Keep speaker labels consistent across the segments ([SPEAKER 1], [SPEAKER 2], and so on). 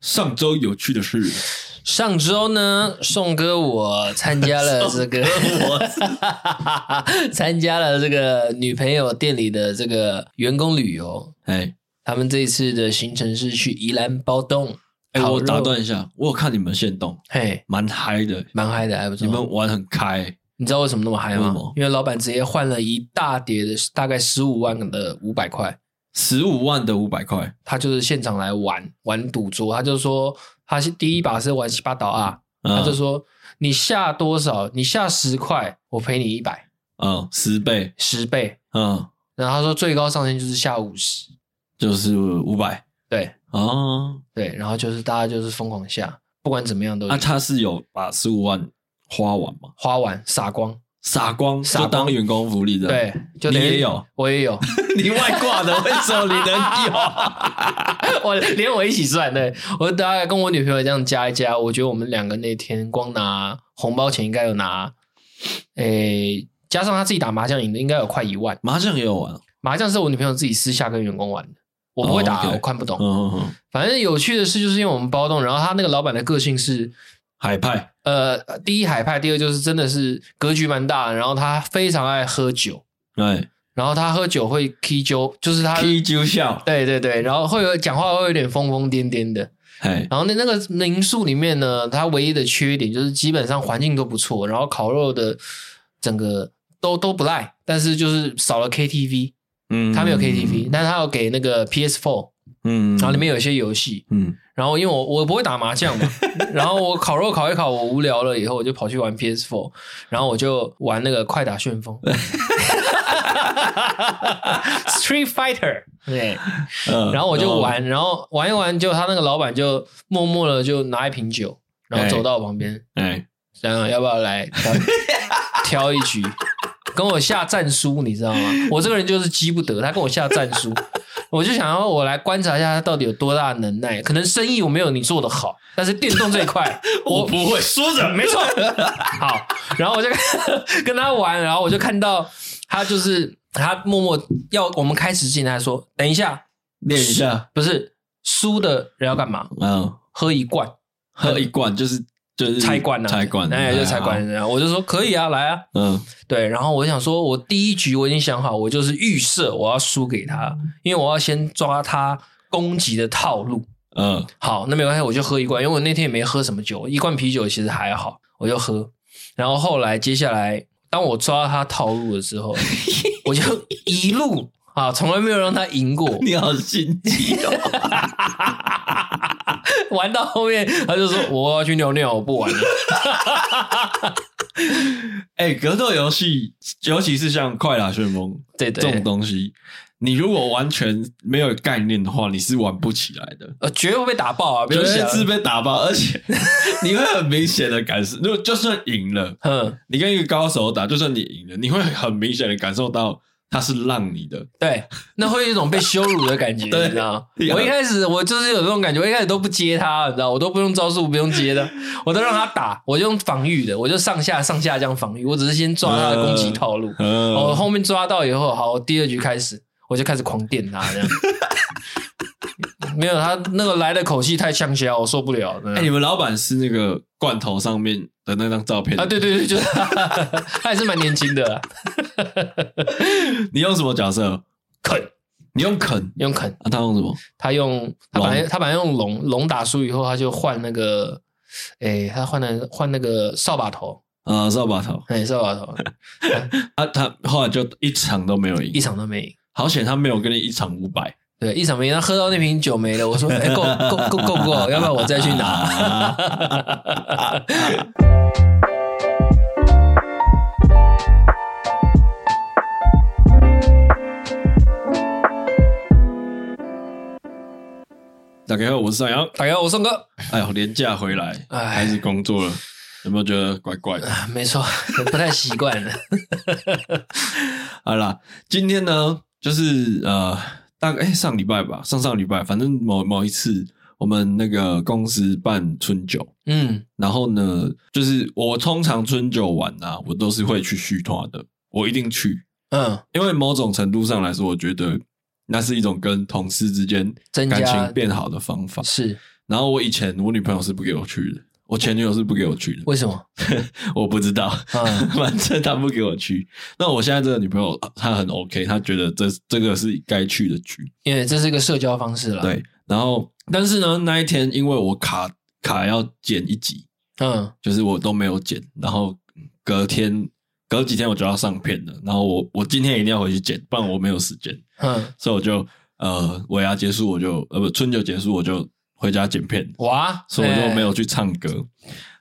[SPEAKER 1] 上周有趣的 事，
[SPEAKER 2] 上周呢，宋哥我参加了 这个，参加了这个女朋友店里的这个员工旅游。
[SPEAKER 1] 哎
[SPEAKER 2] 他们这一次的行程是去宜兰包栋，
[SPEAKER 1] 哎，
[SPEAKER 2] 烤
[SPEAKER 1] 我
[SPEAKER 2] 肉
[SPEAKER 1] 打断一下，我有看你们现动，
[SPEAKER 2] 嘿，
[SPEAKER 1] 蛮嗨的，
[SPEAKER 2] 蛮嗨的，还不错。
[SPEAKER 1] 你们玩很开，
[SPEAKER 2] 你知道为什么那么嗨
[SPEAKER 1] 为什
[SPEAKER 2] 吗
[SPEAKER 1] 么？
[SPEAKER 2] 因为老板直接换了一大叠的，大概十五万的五百块，
[SPEAKER 1] 十五万的五百块，
[SPEAKER 2] 他就是现场来玩玩赌桌，他就说他是第一把是玩西巴岛啊，
[SPEAKER 1] 嗯
[SPEAKER 2] 他就说你下多少，你下十块，我赔你一百
[SPEAKER 1] 嗯十倍，
[SPEAKER 2] 十倍，
[SPEAKER 1] 嗯，
[SPEAKER 2] 然后他说最高上限就是下五十，
[SPEAKER 1] 就是五百
[SPEAKER 2] 对
[SPEAKER 1] 哦。
[SPEAKER 2] 对，然后就是大家就是疯狂下，不管怎么样都
[SPEAKER 1] 那他是有把十五万花完吗？
[SPEAKER 2] 花完撒光，
[SPEAKER 1] 傻光，
[SPEAKER 2] 傻
[SPEAKER 1] 就当
[SPEAKER 2] 光
[SPEAKER 1] 员工福利的，
[SPEAKER 2] 对， 就等于
[SPEAKER 1] 你也有，
[SPEAKER 2] 我也 有，
[SPEAKER 1] 你外挂的，为什么你 能有？
[SPEAKER 2] 我连我一起算，对我大概跟我女朋友这样加一加，我觉得我们两个那天光拿红包钱应该有拿，诶、加上她自己打麻将赢的，应该有快一万。
[SPEAKER 1] 麻将也有玩，
[SPEAKER 2] 麻将是我女朋友自己私下跟员工玩的，我不会打，
[SPEAKER 1] 哦，OK
[SPEAKER 2] 我看不懂。
[SPEAKER 1] 嗯嗯嗯，
[SPEAKER 2] 反正有趣的事就是因为我们包栋，然后他那个老板的个性是，
[SPEAKER 1] 海派，
[SPEAKER 2] 呃，第一海派，第二就是真的是格局蛮大的，然后他非常爱喝酒，
[SPEAKER 1] 哎
[SPEAKER 2] 然后他喝酒会 K 酒，就是他。
[SPEAKER 1] ，K 九笑，
[SPEAKER 2] 对对对，然后会有讲话会有点疯疯癫癫的，
[SPEAKER 1] 哎，
[SPEAKER 2] 然后那那个民宿里面呢，它唯一的缺点就是基本上环境都不错，然后烤肉的整个都都不赖，但是就是少了 KTV，
[SPEAKER 1] 嗯
[SPEAKER 2] 它没有 KTV，、，但是它有给那个 PS4，
[SPEAKER 1] 嗯，
[SPEAKER 2] 然后里面有一些游戏。
[SPEAKER 1] 嗯，
[SPEAKER 2] 然后因为我我不会打麻将嘛，然后我烤肉烤一烤，我无聊了以后我就跑去玩 PS4，然后我就玩那个快打旋风，Street Fighter，对。
[SPEAKER 1] 呃
[SPEAKER 2] 然后我就，玩，然后玩一玩，就他那个老板就默默的就拿一瓶酒，然后走到我旁边，
[SPEAKER 1] 哎，
[SPEAKER 2] 然后要不要来 挑挑一局，跟我下战书，你知道吗？我这个人就是激不得，他跟我下战书，我就想要我来观察一下他到底有多大的能耐。可能生意我没有你做的好，但是电动这 一块我
[SPEAKER 1] 不会说着，
[SPEAKER 2] 没错， 好，然后我就 跟跟他玩，然后我就看到他就是他默默要我们开始进来说，等一下。
[SPEAKER 1] 练一下，
[SPEAKER 2] 不是输的人要干嘛？
[SPEAKER 1] 嗯，
[SPEAKER 2] 喝一罐，
[SPEAKER 1] 喝一罐就是就是
[SPEAKER 2] 拆罐啊，
[SPEAKER 1] 拆罐，
[SPEAKER 2] 哎，就拆
[SPEAKER 1] 好，
[SPEAKER 2] 罐。然后我就说可以啊，来啊，
[SPEAKER 1] 嗯
[SPEAKER 2] 对。然后我想说，我第一局我已经想好，我就是预设我要输给他，因为我要先抓他攻击的套路。
[SPEAKER 1] 嗯，
[SPEAKER 2] 好，那没关系，我就喝一罐，因为我那天也没喝什么酒，一罐啤酒其实还好，我就喝。然后后来接下来，当我抓到他套路的时候，我就一路啊，从来没有让他赢过。
[SPEAKER 1] 你好心机 哦，
[SPEAKER 2] 玩到后面，他就说我要去尿尿，我不玩了。
[SPEAKER 1] 哎，格斗游戏，尤其是像快打旋风
[SPEAKER 2] 对
[SPEAKER 1] 这
[SPEAKER 2] 对，
[SPEAKER 1] 种东西。你如果完全没有概念的话，你是玩不起来的。
[SPEAKER 2] 呃，绝对会被打爆啊！不
[SPEAKER 1] 觉
[SPEAKER 2] 要
[SPEAKER 1] 得
[SPEAKER 2] 想，
[SPEAKER 1] 是被打爆，而 且你会很明显的感受，就就算赢了，
[SPEAKER 2] 嗯，
[SPEAKER 1] 你跟一个高手打，就算你赢了，你会很明显的感受到他是让你的，
[SPEAKER 2] 对，那会有一种被羞辱的感觉，
[SPEAKER 1] 对
[SPEAKER 2] 你知道吗？
[SPEAKER 1] 一样
[SPEAKER 2] 我一开始我就是有这种感觉，我一开始都不接他，你知道，我都不用招数，不用 接的，我都让他打，我就用防御的，我就上下上下这样防御，我只是先抓他的攻击套路，
[SPEAKER 1] 嗯，
[SPEAKER 2] 我后面抓到以后，好，我第二局开始我就开始狂电他， 这样。没有他那个来的口气太呛虾，我受不了。真的
[SPEAKER 1] 哎、你们老板是那个罐头上面的那张照片
[SPEAKER 2] 啊，对对对，就是 他还是蛮年轻的啊 啦，
[SPEAKER 1] 你用什么角色？
[SPEAKER 2] 啃
[SPEAKER 1] 你用啃
[SPEAKER 2] 用啃。
[SPEAKER 1] 啊？他用什么？
[SPEAKER 2] 他用他本来他本来用龙龙打输以后，他就换那个，诶、他换了换那个扫把头，
[SPEAKER 1] 啊，扫把头
[SPEAKER 2] 哎、扫把头
[SPEAKER 1] 啊，他后来就一场都没有
[SPEAKER 2] 一
[SPEAKER 1] 赢，
[SPEAKER 2] 场都没赢，
[SPEAKER 1] 好险他没有跟你一场五百，
[SPEAKER 2] 对，一场没赢。他喝到那瓶酒没了，我说，哎、够够够够不 够？要不然我再去
[SPEAKER 1] 啊
[SPEAKER 2] 拿。
[SPEAKER 1] 大家好，我是尚阳。
[SPEAKER 2] 大家好，我宋哥，
[SPEAKER 1] 哎呦，廉价回来
[SPEAKER 2] 哎
[SPEAKER 1] 开始工作了，有没有觉得怪怪的？
[SPEAKER 2] 啊没错，不太习惯了。
[SPEAKER 1] 好啦，今天呢，就是呃，大概、哎上礼拜吧，上上礼拜，反正某某一次，我们那个公司办春酒，
[SPEAKER 2] 嗯，
[SPEAKER 1] 然后呢，就是我通常春酒完啊，我都是会去续团的，我一定去，
[SPEAKER 2] 嗯，
[SPEAKER 1] 因为某种程度上来说，我觉得那是一种跟同事之间
[SPEAKER 2] 增加
[SPEAKER 1] 感情变好的方法。
[SPEAKER 2] 是，
[SPEAKER 1] 然后我以前我女朋友是不给我去的，我前女友是不给我去的，
[SPEAKER 2] 为什么？
[SPEAKER 1] 我不知道，
[SPEAKER 2] 嗯
[SPEAKER 1] 反正她不给我去。那我现在这个女朋友她很 OK，她觉得这这个是该去的局，
[SPEAKER 2] 因为这是一个社交方式了。，
[SPEAKER 1] 对。然后但是呢，那一天因为我卡卡要剪一集，
[SPEAKER 2] 嗯
[SPEAKER 1] 就是我都没有剪，然后隔天隔几天我就要上片了，然后我我今天一定要回去剪，不然我没有时间，
[SPEAKER 2] 嗯，
[SPEAKER 1] 所以我就呃尾牙结束我就呃不春酒结束我就回家剪片，
[SPEAKER 2] 哇，
[SPEAKER 1] 所以我就
[SPEAKER 2] 哎
[SPEAKER 1] 没有去唱歌。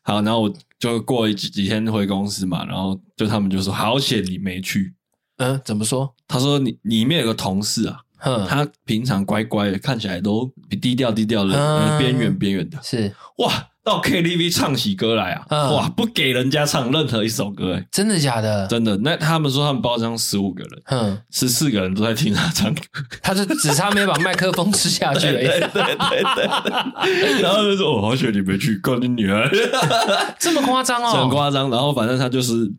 [SPEAKER 1] 好，然后我就过了几几天回公司嘛，然后就他们就说好险你没去。
[SPEAKER 2] 嗯，怎么说？
[SPEAKER 1] 他说你你里面有个同事啊，
[SPEAKER 2] 嗯，
[SPEAKER 1] 他平常乖乖的，看起来都低调低调的，
[SPEAKER 2] 嗯
[SPEAKER 1] 呃边缘边缘的。
[SPEAKER 2] 是
[SPEAKER 1] 哇，到 KTV 唱起歌来啊！
[SPEAKER 2] 嗯
[SPEAKER 1] 哇，不给人家唱任何一首歌、欸，
[SPEAKER 2] 真的假的？
[SPEAKER 1] 真的。那他们说他们包厢十五个人，
[SPEAKER 2] 嗯，
[SPEAKER 1] 十四个人都在听他唱歌。
[SPEAKER 2] 他就只差没把麦克风吃下去而
[SPEAKER 1] 对对
[SPEAKER 2] 已，
[SPEAKER 1] 对对。然后就说：“我、哦好险你没去，告你女儿。”
[SPEAKER 2] 这么夸张
[SPEAKER 1] 很
[SPEAKER 2] 哦？
[SPEAKER 1] 夸张。然后反正他就是，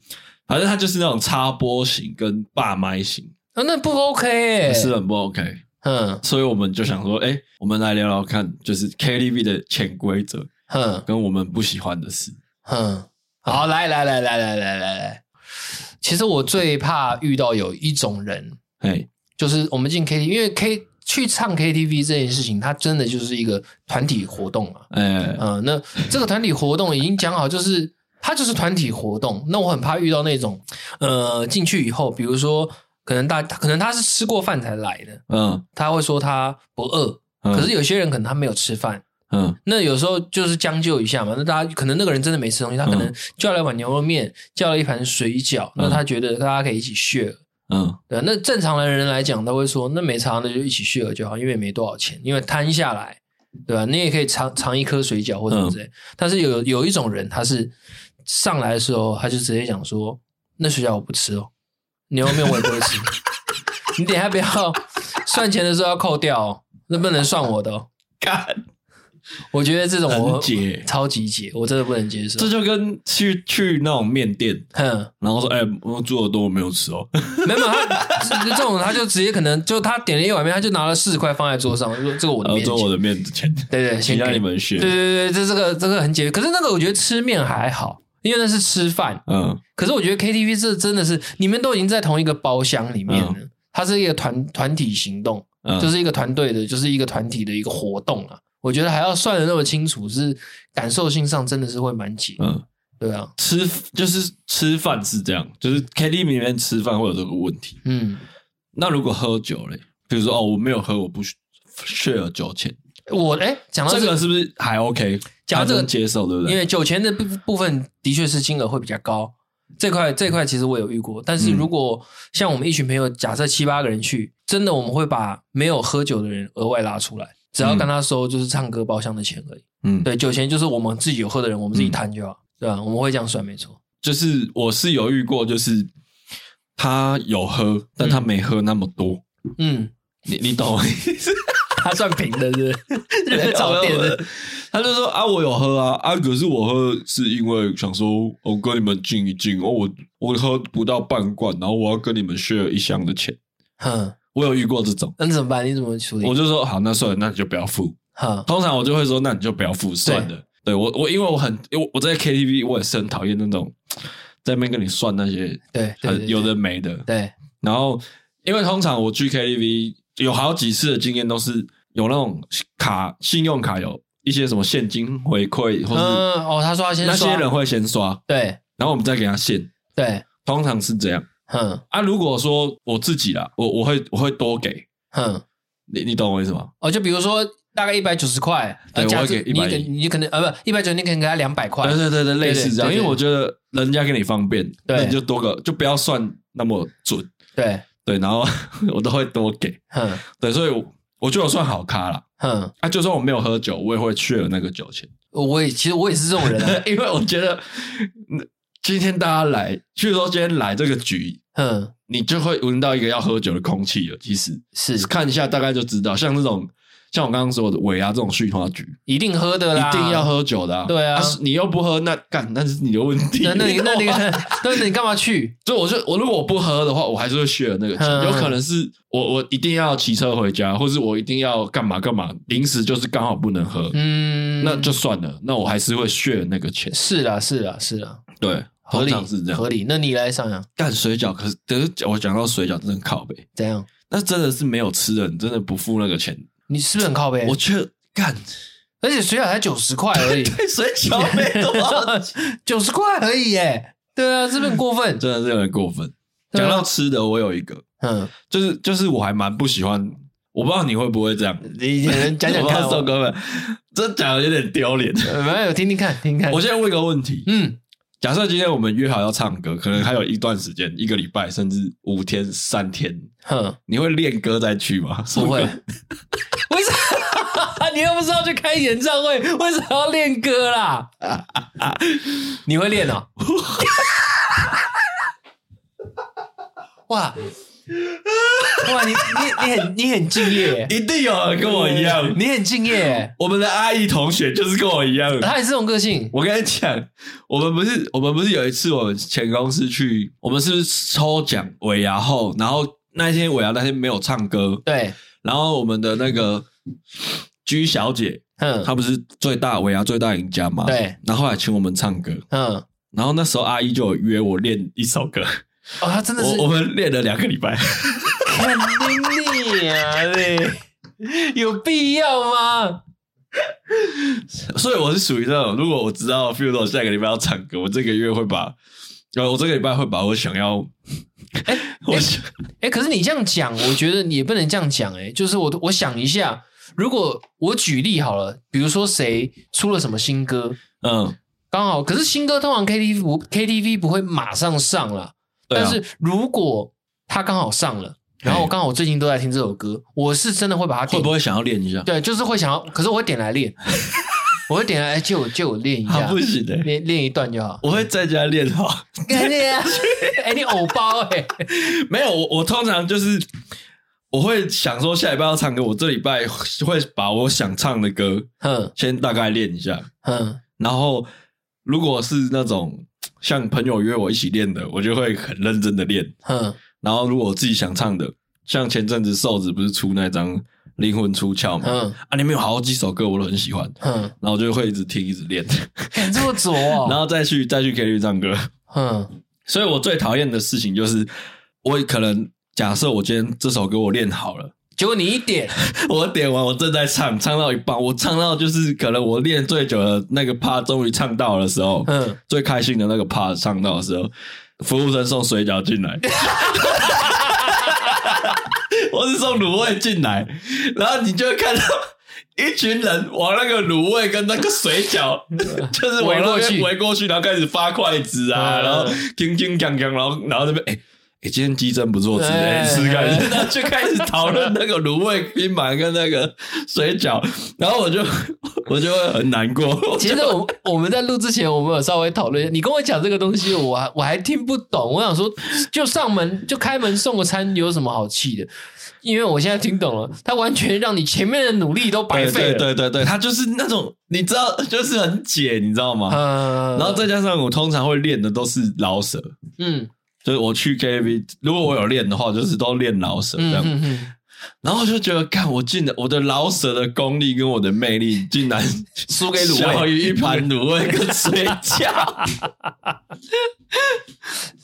[SPEAKER 1] 反正他就是那种插播型跟霸麦型，
[SPEAKER 2] 啊那不 OK 哎，
[SPEAKER 1] 是很不 OK。
[SPEAKER 2] 嗯
[SPEAKER 1] 所以我们就想说，哎、我们来聊聊看，就是 KTV 的潜规则
[SPEAKER 2] 嗯
[SPEAKER 1] 跟我们不喜欢的事。
[SPEAKER 2] 嗯，好，来来来来来来来来，其实我最怕遇到有一种人，
[SPEAKER 1] 哎，
[SPEAKER 2] 就是我们进 KTV，因为 K 去唱 KTV 这件事情，它真的就是一个团体活动嘛。
[SPEAKER 1] 哎，
[SPEAKER 2] 嗯、那这个团体活动已经讲好，就是它就是团体活动。那我很怕遇到那种，呃，进去以后，比如说可能大，可能他是吃过饭才来的，
[SPEAKER 1] 嗯，
[SPEAKER 2] 他会说他不饿，
[SPEAKER 1] 嗯
[SPEAKER 2] 可是有些人可能他没有吃饭。
[SPEAKER 1] 嗯，
[SPEAKER 2] 那有时候就是将就一下嘛，那大家可能那个人真的没吃东西，他可能叫了一碗牛肉面，叫了一盘水饺，那他觉得大家可以一起 share，
[SPEAKER 1] 嗯，
[SPEAKER 2] 对，啊那正常的人来讲，他会说，那没差，那就一起 share 就好，因为没多少钱，因为摊下来，对吧、啊你也可以尝尝一颗水饺或者之类。但是有有一种人，他是上来的时候，他就直接讲说，那水饺我不吃哦，牛肉面我也不会吃， 你等一下不要 算钱的时候要扣掉哦，那不能算我的哦。
[SPEAKER 1] 干，
[SPEAKER 2] 我觉得这种我
[SPEAKER 1] 很解
[SPEAKER 2] 超级解，我真的不能接受
[SPEAKER 1] 这。就跟去去那种面店，
[SPEAKER 2] 哼，
[SPEAKER 1] 然后说，哎、我猪耳朵我没有吃哦，
[SPEAKER 2] 没有没有他 这种他就直接可能就他点了一碗面，他就拿了四十块放在桌上，就说这个我的
[SPEAKER 1] 然后
[SPEAKER 2] 面
[SPEAKER 1] 做
[SPEAKER 2] 钱
[SPEAKER 1] 哦我的面子钱，
[SPEAKER 2] 对对，
[SPEAKER 1] 请
[SPEAKER 2] 先
[SPEAKER 1] 让
[SPEAKER 2] 给
[SPEAKER 1] 你们学
[SPEAKER 2] 对。对对，这这个这个很解决。可是那个我觉得吃面还好，因为那是吃饭。
[SPEAKER 1] 嗯
[SPEAKER 2] 可是我觉得 KTV 这真的是你们都已经在同一个包厢里面了，它是一个团团体行动，
[SPEAKER 1] 嗯，
[SPEAKER 2] 就是一个团队的，就是一个团体的一个活动啊。我觉得还要算的那么清楚，是感受性上真的是会蛮紧，
[SPEAKER 1] 嗯，
[SPEAKER 2] 对啊，
[SPEAKER 1] 吃就是吃饭是这样，就是 KTV 里面吃饭会有这个问题。
[SPEAKER 2] 嗯，
[SPEAKER 1] 那如果喝酒嘞，比如说哦，我没有喝，我不 share 酒钱，
[SPEAKER 2] 我哎讲到
[SPEAKER 1] 这
[SPEAKER 2] 这
[SPEAKER 1] 个
[SPEAKER 2] 个，
[SPEAKER 1] 是不是还 OK？
[SPEAKER 2] 讲到这个
[SPEAKER 1] 还能接受，对不
[SPEAKER 2] 因
[SPEAKER 1] 对？
[SPEAKER 2] 为酒钱的部部分的确是金额会比较高。这块这块其实我有遇过，但是如果像我们一群朋友，假设七八个人去，真的我们会把没有喝酒的人额外拉出来，只要跟他收就是唱歌包厢的钱而已。
[SPEAKER 1] 嗯，
[SPEAKER 2] 对，酒钱就是我们自己有喝的人，我们自己摊就好，对吧、我们会这样算，没错。
[SPEAKER 1] 就是我是有遇过，就是他有喝，但他没喝那么多，
[SPEAKER 2] 嗯，
[SPEAKER 1] 你你 懂我意思？
[SPEAKER 2] 他算平的是 不是找店的，
[SPEAKER 1] 他就说啊，我有喝啊，啊，可是我喝是因为想说，我跟你们敬一敬，哦，我我喝不到半罐，然后我要跟你们 share 一箱的钱，
[SPEAKER 2] 哼，
[SPEAKER 1] 我有遇过这种，
[SPEAKER 2] 那你怎么办？你怎么处理
[SPEAKER 1] 我？就说好，那算了，那你就不要付，
[SPEAKER 2] 哈，
[SPEAKER 1] 通常我就会说，那你就不要付算了。对我，我因为我很，因为我我在 KTV 我也是很讨厌那种在那边跟你算那些
[SPEAKER 2] 对对
[SPEAKER 1] 很
[SPEAKER 2] 对，
[SPEAKER 1] 有的没的。
[SPEAKER 2] 对，
[SPEAKER 1] 然后，因为通常我去 KTV 有好几次的经验都是有那种卡信用卡有一些什么现金回馈，或是
[SPEAKER 2] 嗯，哦，他说他先
[SPEAKER 1] 那
[SPEAKER 2] 刷
[SPEAKER 1] 些人，会先刷，
[SPEAKER 2] 对
[SPEAKER 1] 然后我们再给他现，
[SPEAKER 2] 对，
[SPEAKER 1] 通常是这样
[SPEAKER 2] 哼
[SPEAKER 1] 啊。如果说我自己啦，我我会我会多给
[SPEAKER 2] 哼。
[SPEAKER 1] 你，你懂我意思吗？
[SPEAKER 2] 哦，就比如说大概一百九十块，呃
[SPEAKER 1] 对
[SPEAKER 2] 假
[SPEAKER 1] 我
[SPEAKER 2] 设
[SPEAKER 1] 会给
[SPEAKER 2] 你
[SPEAKER 1] 110
[SPEAKER 2] 可你可能呃不一百九，你可能给他两百块
[SPEAKER 1] 对，对对对，类似这样，
[SPEAKER 2] 对对对
[SPEAKER 1] 因为我觉得人家给你方便，
[SPEAKER 2] 对
[SPEAKER 1] 那你就多个，就不要算那么准，
[SPEAKER 2] 对，
[SPEAKER 1] 对，然后 我都会多给，
[SPEAKER 2] 哼
[SPEAKER 1] 对，所以我我觉得我算好咖啦。
[SPEAKER 2] 哼，
[SPEAKER 1] 啊，就算我没有喝酒，我也会 share 那个酒钱，
[SPEAKER 2] 我也其实我也是这种人啊，
[SPEAKER 1] 因为我觉得嗯今天大家来，据说今天来这个局，
[SPEAKER 2] 哼
[SPEAKER 1] 你就会闻到一个要喝酒的空气了。其实
[SPEAKER 2] 是
[SPEAKER 1] 看一下大概就知道，像这种像我刚刚说的尾牙这种续花局，
[SPEAKER 2] 一定喝的啦，
[SPEAKER 1] 一定要。喝酒的、啊。
[SPEAKER 2] 对啊
[SPEAKER 1] 你又不喝，那干那是你的问题。
[SPEAKER 2] 那那你那你
[SPEAKER 1] 你懂吗，
[SPEAKER 2] 那你干嘛去？
[SPEAKER 1] 所以我就我如果我不喝的话，我还是会 share 那个钱。
[SPEAKER 2] 嗯
[SPEAKER 1] 有可能是我我一定要骑车回家，或是我一定要干嘛干嘛，临时就是刚好不能喝，
[SPEAKER 2] 嗯，
[SPEAKER 1] 那就算了。那我还是会 share 那个钱。
[SPEAKER 2] 是啦，是啦，是啦，
[SPEAKER 1] 对，
[SPEAKER 2] 合
[SPEAKER 1] 通
[SPEAKER 2] 理
[SPEAKER 1] 常是这样
[SPEAKER 2] 合。理。那你来上扬
[SPEAKER 1] 干水饺，可是可是我讲到水饺真的很靠北，
[SPEAKER 2] 怎样？
[SPEAKER 1] 那真的是没有吃的，你真的不付那个钱。
[SPEAKER 2] 你是不是很靠背？
[SPEAKER 1] 我却干
[SPEAKER 2] 而且水饺才九十块而 已，
[SPEAKER 1] 对水饺没多 少，
[SPEAKER 2] 九十块而已耶。对啊，是不是很过 分？
[SPEAKER 1] 真的是有点过分。
[SPEAKER 2] 对啊
[SPEAKER 1] 讲到吃的，我有一个，
[SPEAKER 2] 嗯，
[SPEAKER 1] 就是就是我还蛮不喜欢，我不知道你会不会这样。
[SPEAKER 2] 你讲讲看，啊
[SPEAKER 1] 宋
[SPEAKER 2] 我
[SPEAKER 1] 哥们，这讲的有点丢 脸。
[SPEAKER 2] 没有听听看，听听看
[SPEAKER 1] 我。现在问一个问题：
[SPEAKER 2] 嗯，
[SPEAKER 1] 假设今天我们约好要唱歌，可能还有一段时间，一个礼拜，甚至五天、三天，
[SPEAKER 2] 哼，
[SPEAKER 1] 你会练歌再去吗？
[SPEAKER 2] 不会
[SPEAKER 1] 宋哥。
[SPEAKER 2] 为啥？你又不是要去开演唱会，为什么要练歌啦？ 你会练哦？ 哇哇，你你你很你很敬业耶，
[SPEAKER 1] 一定有啊人跟我一样。
[SPEAKER 2] 你很敬业耶，
[SPEAKER 1] 我们的阿姨同学就是跟我一 样。
[SPEAKER 2] 他也是这种个性。
[SPEAKER 1] 我跟你讲，我们不是我们不是有一次我们前公司去，我们是不是抽奖尾牙后，然后那天尾牙那天没有唱歌，
[SPEAKER 2] 对，
[SPEAKER 1] 然后我们的那个居小姐，
[SPEAKER 2] 嗯
[SPEAKER 1] 她不是最大尾牙最大赢家嘛？
[SPEAKER 2] 对。
[SPEAKER 1] 然后后来请我们唱歌，
[SPEAKER 2] 嗯，
[SPEAKER 1] 然后那时候阿姨就有约我练一首歌，
[SPEAKER 2] 哦，他真的是
[SPEAKER 1] 我我们练了两个礼拜，
[SPEAKER 2] 肯定你啊嘞，有必要吗？
[SPEAKER 1] 所以我是属于那种，如果我知道 f e e l 下个礼拜要唱歌，我这个月会把，呃，我这个礼拜会把我想要， 我想
[SPEAKER 2] 哎、可是你这样讲，我觉得你也不能这样讲。哎，就是我我想一下，如果我举例好了，比如说谁出了什么新歌，
[SPEAKER 1] 嗯，
[SPEAKER 2] 刚好，可是新歌通常 KTV 不 KTV 不会马上上啦。
[SPEAKER 1] 对啊
[SPEAKER 2] 但是如果他刚好上了，
[SPEAKER 1] 嘿
[SPEAKER 2] 然后我刚好最近都在听这首歌，我是真的会把它
[SPEAKER 1] 会
[SPEAKER 2] 点，
[SPEAKER 1] 不会想要练一下？
[SPEAKER 2] 对，就是会想要，可是我会点来练，我会点来哎借我借我练一
[SPEAKER 1] 他
[SPEAKER 2] 下
[SPEAKER 1] 啊不，行的、
[SPEAKER 2] 练练一段就好。
[SPEAKER 1] 我会在家练好。
[SPEAKER 2] 干你啊！ 哎、你偶包哎、
[SPEAKER 1] 没有，我我通常就是我会想说下礼拜要唱歌，我这礼拜会把我想唱的歌
[SPEAKER 2] 哼
[SPEAKER 1] 先大概练一下，
[SPEAKER 2] 哼，
[SPEAKER 1] 然后如果是那种像朋友约我一起练的，我就会很认真的练。
[SPEAKER 2] 哼，
[SPEAKER 1] 然后如果我自己想唱的，像前阵子瘦子不是出那张《灵魂出窍》嘛，
[SPEAKER 2] 嗯
[SPEAKER 1] 啊，里面有好几首歌我都很喜欢，
[SPEAKER 2] 哼，
[SPEAKER 1] 然后我就会一直听一直练，
[SPEAKER 2] 敢这么左、哦？嗯
[SPEAKER 1] 然后再去再去 KTV 唱歌。
[SPEAKER 2] 哼
[SPEAKER 1] 所以我最讨厌的事情就是，我可能假设我今天这首歌我练好了，
[SPEAKER 2] 结果你一点，
[SPEAKER 1] 我点完我正在唱，唱到一半，我唱到就是可能我练最久的那个 part 终于唱到的时候，
[SPEAKER 2] 嗯，
[SPEAKER 1] 最开心的那个 part 唱到的时候，服务生送水饺进来。 我是送卤味进来，然后你就会看到一群人往那个卤味跟那个水饺， 就是往那
[SPEAKER 2] 围过去
[SPEAKER 1] 边围过去，然后开始发筷子啊，
[SPEAKER 2] 嗯
[SPEAKER 1] 然后铿铿锵锵，然后然后这边哎。哎今天鸡胗不错吃，哎、
[SPEAKER 2] 哎
[SPEAKER 1] 吃看，
[SPEAKER 2] 哎
[SPEAKER 1] 然后就开始讨论那个卤味拼盘跟那个水饺，然后我就我就会很难过。我
[SPEAKER 2] 其
[SPEAKER 1] 就
[SPEAKER 2] 实我我们在录之前，我们有稍微讨论一下，你跟我讲这个东西，我还我还听不懂。我想说，就上门就开门送个餐，有什么好气的？因为我现在听懂了，他完全让你前面的努力都白费了。
[SPEAKER 1] 对对对对，他就是那种你知道， 就是很解，你知道吗？
[SPEAKER 2] 嗯，
[SPEAKER 1] 然后再加上我通常会练的都是老舌，
[SPEAKER 2] 嗯
[SPEAKER 1] 就是我去 KTV，如果我有练的话，就是都练老舌这
[SPEAKER 2] 嗯
[SPEAKER 1] 样。
[SPEAKER 2] 嗯嗯，
[SPEAKER 1] 然后我就觉得，看我进的我的老舌的功力跟我的魅力，竟然
[SPEAKER 2] 输给卤
[SPEAKER 1] 小
[SPEAKER 2] 味，
[SPEAKER 1] 于一盘卤味 跟水饺。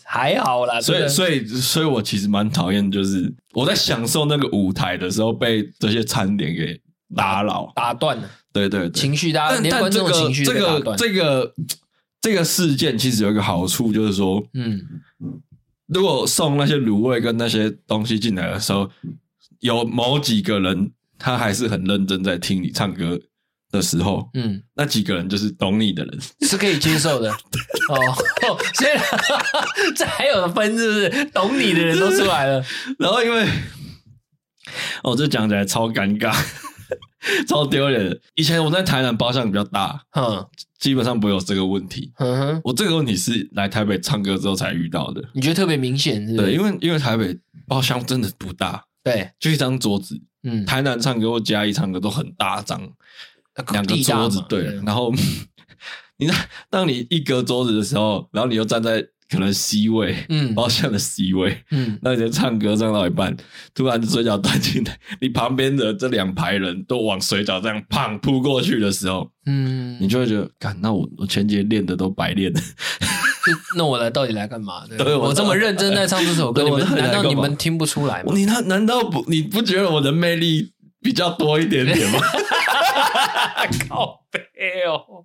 [SPEAKER 2] 还好啦。
[SPEAKER 1] 所以，
[SPEAKER 2] 以
[SPEAKER 1] 所以，所以我其实蛮讨厌，就是我在享受那个舞台的时候，被这些餐点给打扰。
[SPEAKER 2] 打断了
[SPEAKER 1] 对对对，
[SPEAKER 2] 情绪，大家
[SPEAKER 1] 但
[SPEAKER 2] 连观
[SPEAKER 1] 但这
[SPEAKER 2] 众的
[SPEAKER 1] 个
[SPEAKER 2] 情绪
[SPEAKER 1] 这
[SPEAKER 2] 都打
[SPEAKER 1] 个
[SPEAKER 2] 断。
[SPEAKER 1] 这个这个事件其实有一个好处，就是说，
[SPEAKER 2] 嗯，
[SPEAKER 1] 如果送那些卤味跟那些东西进来的时候，有某几个人他还是很认真在听你唱歌的时候，
[SPEAKER 2] 嗯。
[SPEAKER 1] 那几个人就是懂你的人。
[SPEAKER 2] 是可以接受的哦，哦 所以这还有分是不是？懂你的人都出来了，
[SPEAKER 1] 然后因为，哦，这讲起来超尴尬， 超丢脸的。以前我在台南包厢比较大，
[SPEAKER 2] 哼
[SPEAKER 1] 基本上不会有这个问题。
[SPEAKER 2] 哼哼，
[SPEAKER 1] 我这个问题是来台北唱歌之后才遇到的。
[SPEAKER 2] 你觉得特别明显是不是？
[SPEAKER 1] 对，因为因为台北包厢真的不大，
[SPEAKER 2] 对
[SPEAKER 1] 就一张桌子，
[SPEAKER 2] 嗯，
[SPEAKER 1] 台南唱歌或嘉义唱歌都很大张，两个
[SPEAKER 2] 地大
[SPEAKER 1] 桌子
[SPEAKER 2] 嘛
[SPEAKER 1] 对，然后你那当你一隔桌子的时候，然后你又站在可能 C 位，
[SPEAKER 2] 嗯
[SPEAKER 1] 包厢的 C 位，
[SPEAKER 2] 嗯，
[SPEAKER 1] 那你在唱歌唱到一半，突然水饺端进来，你旁边的这两排人都往水饺这样胖扑过去的时候，
[SPEAKER 2] 嗯，
[SPEAKER 1] 你就会觉得，干，那我我前节练的都白练了，
[SPEAKER 2] 就那我来到底来干嘛？对
[SPEAKER 1] 对我
[SPEAKER 2] 我这么认真在唱这首歌，
[SPEAKER 1] 对
[SPEAKER 2] 你
[SPEAKER 1] 我
[SPEAKER 2] 们
[SPEAKER 1] 到底来
[SPEAKER 2] 难
[SPEAKER 1] 干嘛
[SPEAKER 2] 道你们听不出来吗？
[SPEAKER 1] 你那难道不你不觉得我的魅力比较多一点点吗？
[SPEAKER 2] 靠背哦！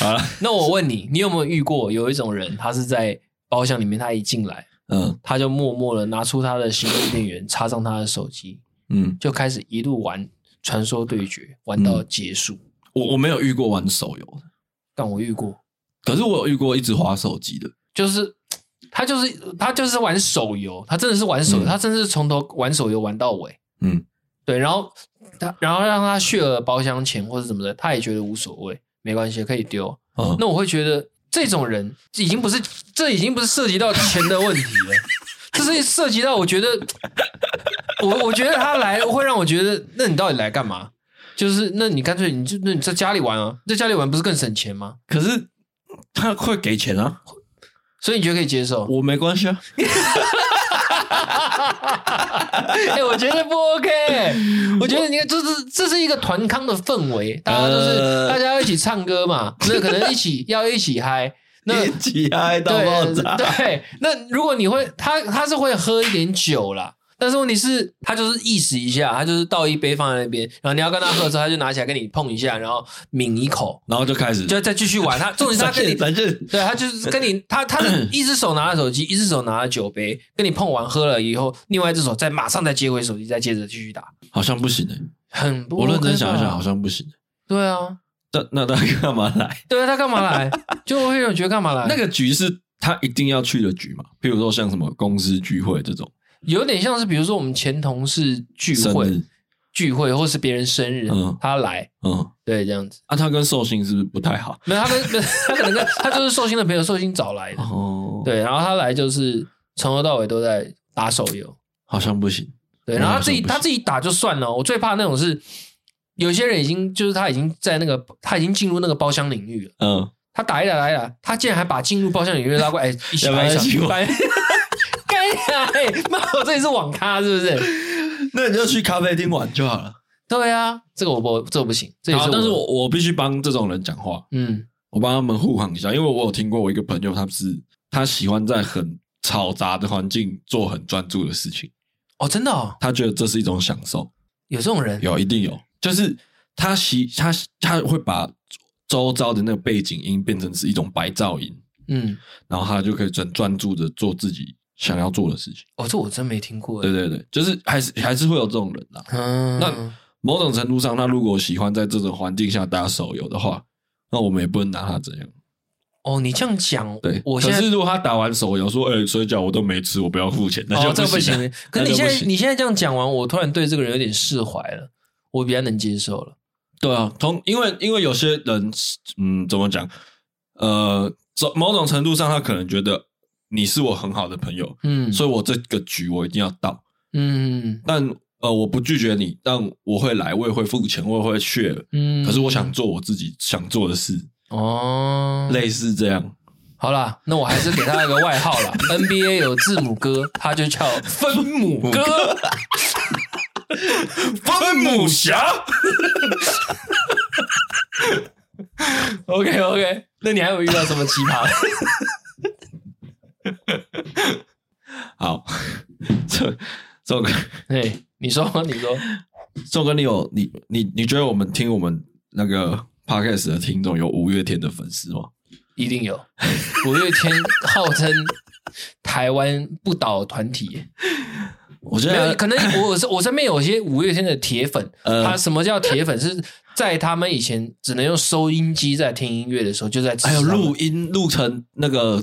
[SPEAKER 1] 好了，
[SPEAKER 2] 那我问你，你有没有遇过有一种人，他是在包厢里面，他一进来，
[SPEAKER 1] 嗯
[SPEAKER 2] 他就默默的拿出他的行动电源，插上他的手机，
[SPEAKER 1] 嗯，
[SPEAKER 2] 就开始一路玩传说对决，玩到结束。
[SPEAKER 1] 我我没有遇过玩手游的，
[SPEAKER 2] 但我遇过，
[SPEAKER 1] 可是我有遇过一直滑手机的，
[SPEAKER 2] 就是他就是他就是玩手游，他真的是玩手游，
[SPEAKER 1] 嗯
[SPEAKER 2] 他真的是从头玩手游玩到尾。
[SPEAKER 1] 嗯
[SPEAKER 2] 对，然后他然后让他血了包厢钱或者怎么的，他也觉得无所谓，没关系，可以丢。
[SPEAKER 1] 嗯，
[SPEAKER 2] 那我会觉得这种人已经不是这已经不是涉及到钱的问 题了，这是涉及到我觉得我我觉得他来会让我觉得，那你到底来干嘛？就是那你干脆你就那你在家里玩啊，在家里玩不是更省钱吗？
[SPEAKER 1] 可是他会给钱啊，
[SPEAKER 2] 所以你觉得可以接受？
[SPEAKER 1] 我没关系啊，
[SPEAKER 2] 哎、我觉得不 OK，我觉得你看，这是这是一个团康的氛围，大家都是、
[SPEAKER 1] 呃
[SPEAKER 2] 大家一起唱歌嘛，那可能一起要一起嗨。那
[SPEAKER 1] 一起嗨到爆炸
[SPEAKER 2] 对，对，那如果你会，他他是会喝一点酒啦，但是问题是，他就是意识一下，他就是倒一杯放在那边，然后你要跟他喝的时候，他就拿起来跟你碰一下，然后抿一口，
[SPEAKER 1] 然后就开始
[SPEAKER 2] 就再继续玩。他重点是他
[SPEAKER 1] 展
[SPEAKER 2] 跟你
[SPEAKER 1] 现展现
[SPEAKER 2] 对他就是跟你，他他是一只手拿着手机，一只手拿着酒杯，跟你碰完喝了以后，另外一只手再马上再接回手机，再接着继续打，
[SPEAKER 1] 好像不行哎、欸，
[SPEAKER 2] 很不、
[SPEAKER 1] 我认真想一想，好
[SPEAKER 2] 像
[SPEAKER 1] 像不行、欸。
[SPEAKER 2] 对啊，
[SPEAKER 1] 那那他干嘛 来？
[SPEAKER 2] 对啊，他干 嘛来？就会有人觉得干嘛来？
[SPEAKER 1] 那个局是他一定要去的局嘛？譬如说像什么公司聚会这种
[SPEAKER 2] 有点像是，比如说我们前同事聚
[SPEAKER 1] 生
[SPEAKER 2] 会
[SPEAKER 1] 日，，
[SPEAKER 2] 聚会或是别人生日，
[SPEAKER 1] 嗯
[SPEAKER 2] 他来，
[SPEAKER 1] 嗯，
[SPEAKER 2] 对，这样子。
[SPEAKER 1] 啊，他跟寿星是不是不太好？
[SPEAKER 2] 没有，他 跟他可能跟他就是寿星的朋友，寿星找来的，
[SPEAKER 1] 哦，，
[SPEAKER 2] 对，然后他来就是从头到尾都在打手游，
[SPEAKER 1] 好像不行。
[SPEAKER 2] 对，
[SPEAKER 1] 嗯
[SPEAKER 2] 然后他自己
[SPEAKER 1] 这不行
[SPEAKER 2] 他自己打就算了，我最怕那种是有些人已经就是他已经在那个他已经进入那个包厢领域了，
[SPEAKER 1] 嗯，
[SPEAKER 2] 他打一打打一打，他竟然还把进入包厢领域拉过来， 哎一起
[SPEAKER 1] 要不要
[SPEAKER 2] 来一
[SPEAKER 1] 一起
[SPEAKER 2] 起
[SPEAKER 1] 玩
[SPEAKER 2] 来，干呀！ 哎妈，我这里是网咖是不是？
[SPEAKER 1] 那你就去咖啡厅玩就好了。
[SPEAKER 2] 对啊，这个我不这个不行，这也
[SPEAKER 1] 好，
[SPEAKER 2] 是
[SPEAKER 1] 但是我我必须帮这种人讲话，
[SPEAKER 2] 嗯
[SPEAKER 1] 我帮他们护航一下，因为我有听过我一个朋友，他是他喜欢在很嘈杂的环境做很专注的事情，
[SPEAKER 2] 哦真的哦，
[SPEAKER 1] 他觉得这是一种享受。
[SPEAKER 2] 有这种人
[SPEAKER 1] 有，一定有，就是他习他他会把周遭的那个背景音变成是一种白噪音，
[SPEAKER 2] 嗯
[SPEAKER 1] 然后他就可以很专注的做自己想要做的事情。
[SPEAKER 2] 哦这我真没听过
[SPEAKER 1] 对，对对，就是还是还是会有这种人啦。
[SPEAKER 2] 嗯
[SPEAKER 1] 那某种程度上，他如果喜欢在这种环境下打手游的话，那我们也不能拿他怎样。
[SPEAKER 2] 哦，你这样讲，
[SPEAKER 1] 对，
[SPEAKER 2] 我现
[SPEAKER 1] 可
[SPEAKER 2] 在
[SPEAKER 1] 是如果他打完手游说：“哎、水饺我都没吃，我不要付钱。”那就
[SPEAKER 2] 哦，这不
[SPEAKER 1] 行了。
[SPEAKER 2] 行。可是
[SPEAKER 1] 那就
[SPEAKER 2] 你现
[SPEAKER 1] 不
[SPEAKER 2] 在
[SPEAKER 1] 行
[SPEAKER 2] 你现在这样讲完，我突然对这个人有点释怀了，我比较能接受了。
[SPEAKER 1] 对啊，同因为因为有些人，嗯，怎么讲？呃，走某种程度上，他可能觉得你是我很好的朋友，
[SPEAKER 2] 嗯，
[SPEAKER 1] 所以我这个局我一定要到。
[SPEAKER 2] 嗯
[SPEAKER 1] 但呃，我不拒绝你，但我会来，我也会付钱，我也会去。
[SPEAKER 2] 嗯，
[SPEAKER 1] 可是我想做我自己想做的事，
[SPEAKER 2] 哦，
[SPEAKER 1] 类似这样。
[SPEAKER 2] 好啦，那我还是给他一个外号 啦。NBA 有字母哥，他就叫分母哥。
[SPEAKER 1] 分母 侠，
[SPEAKER 2] OK OK，那你还有遇到什么奇葩的？
[SPEAKER 1] 好， 这这个。
[SPEAKER 2] 哎，你说 你说，
[SPEAKER 1] 宋哥，你有你你你觉得我们听我们那个 podcast 的听众有五月天的粉丝吗？
[SPEAKER 2] 一定有。五月天号称台湾不倒团体，
[SPEAKER 1] 我觉
[SPEAKER 2] 没有，
[SPEAKER 1] 得
[SPEAKER 2] 可能 我我我身边有些五月天的铁粉，
[SPEAKER 1] 呃
[SPEAKER 2] 他什么叫铁粉？是在他们以前只能用收音机在听音乐的时候，就在支持
[SPEAKER 1] 还有
[SPEAKER 2] 他们
[SPEAKER 1] 哎录音录成那个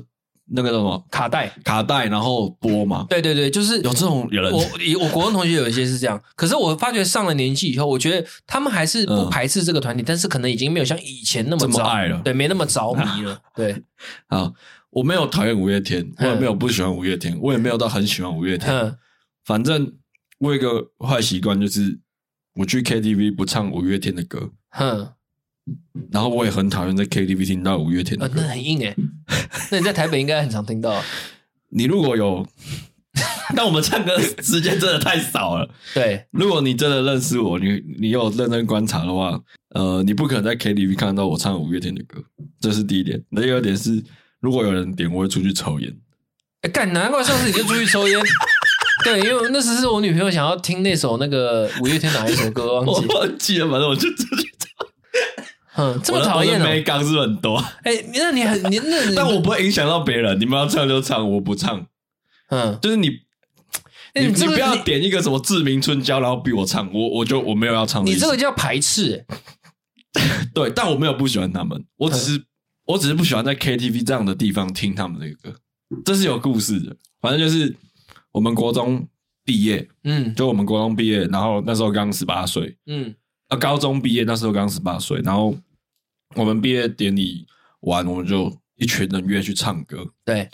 [SPEAKER 1] 那个叫什么
[SPEAKER 2] 卡带。
[SPEAKER 1] 卡带，然后播嘛，
[SPEAKER 2] 对对对，就是
[SPEAKER 1] 有这种人
[SPEAKER 2] 我我国中同学有一些是这样，可是我发觉上了年纪以后，我觉得他们还是不
[SPEAKER 1] 嗯
[SPEAKER 2] 排斥这个团体，但是可能已经没有像以前那么
[SPEAKER 1] 这么
[SPEAKER 2] 着
[SPEAKER 1] 爱了
[SPEAKER 2] 对，没那么着迷了。 对，
[SPEAKER 1] 啊。我没有讨厌五月天，我也没有不喜欢五月天，我也没有到很喜欢五月天。
[SPEAKER 2] 嗯
[SPEAKER 1] 反正我有一个坏习惯，就是我去 KTV 不唱五月天的歌，
[SPEAKER 2] 哼，
[SPEAKER 1] 然后我也很讨厌在 KTV 听到五月天的
[SPEAKER 2] 呃，
[SPEAKER 1] 歌。
[SPEAKER 2] 那很硬哎、
[SPEAKER 1] 嗯
[SPEAKER 2] 那你在台北应该很常听到，啊
[SPEAKER 1] 你如果有， 但我们唱歌时间真的太少了。
[SPEAKER 2] 对，
[SPEAKER 1] 如果你真的认识我，你你有认真观察的话，呃，你不可能在 KTV 看到我唱五月天的歌，这是第一点。那第二点是，如果有人点，我会出去抽烟。
[SPEAKER 2] 哎干、难怪上次你就出去抽烟。对，因为那时是我女朋友想要听那首那个五月天哪一首歌，忘
[SPEAKER 1] 我
[SPEAKER 2] 记。
[SPEAKER 1] 忘记了，反正我就出去抽。
[SPEAKER 2] 哼， 这么讨厌
[SPEAKER 1] 我的
[SPEAKER 2] 哦！嗯
[SPEAKER 1] 没刚是不是很多，啊
[SPEAKER 2] 哎、那你很你那你
[SPEAKER 1] 但我不会影响到别人。你们要唱就唱，我不唱，
[SPEAKER 2] 嗯，
[SPEAKER 1] 就是你。
[SPEAKER 2] 哎
[SPEAKER 1] 你
[SPEAKER 2] 你这
[SPEAKER 1] 你
[SPEAKER 2] 个
[SPEAKER 1] 不要
[SPEAKER 2] 你
[SPEAKER 1] 点一个什么《志明春娇》，然后逼我唱，我我就我没有要唱的意
[SPEAKER 2] 你
[SPEAKER 1] 思。
[SPEAKER 2] 这个叫排斥、欸。
[SPEAKER 1] 对，但我没有不喜欢他们，我只是我只是不喜欢在 KTV 这样的地方听他们的歌，这是有故事的。反正就是我们国中毕业，
[SPEAKER 2] 嗯
[SPEAKER 1] 就我们国中毕业，然后那时候刚十八岁，
[SPEAKER 2] 嗯
[SPEAKER 1] 啊，高中毕业那时候刚十八岁，然后我们毕业典礼完，我们就一群人约去唱歌。
[SPEAKER 2] 对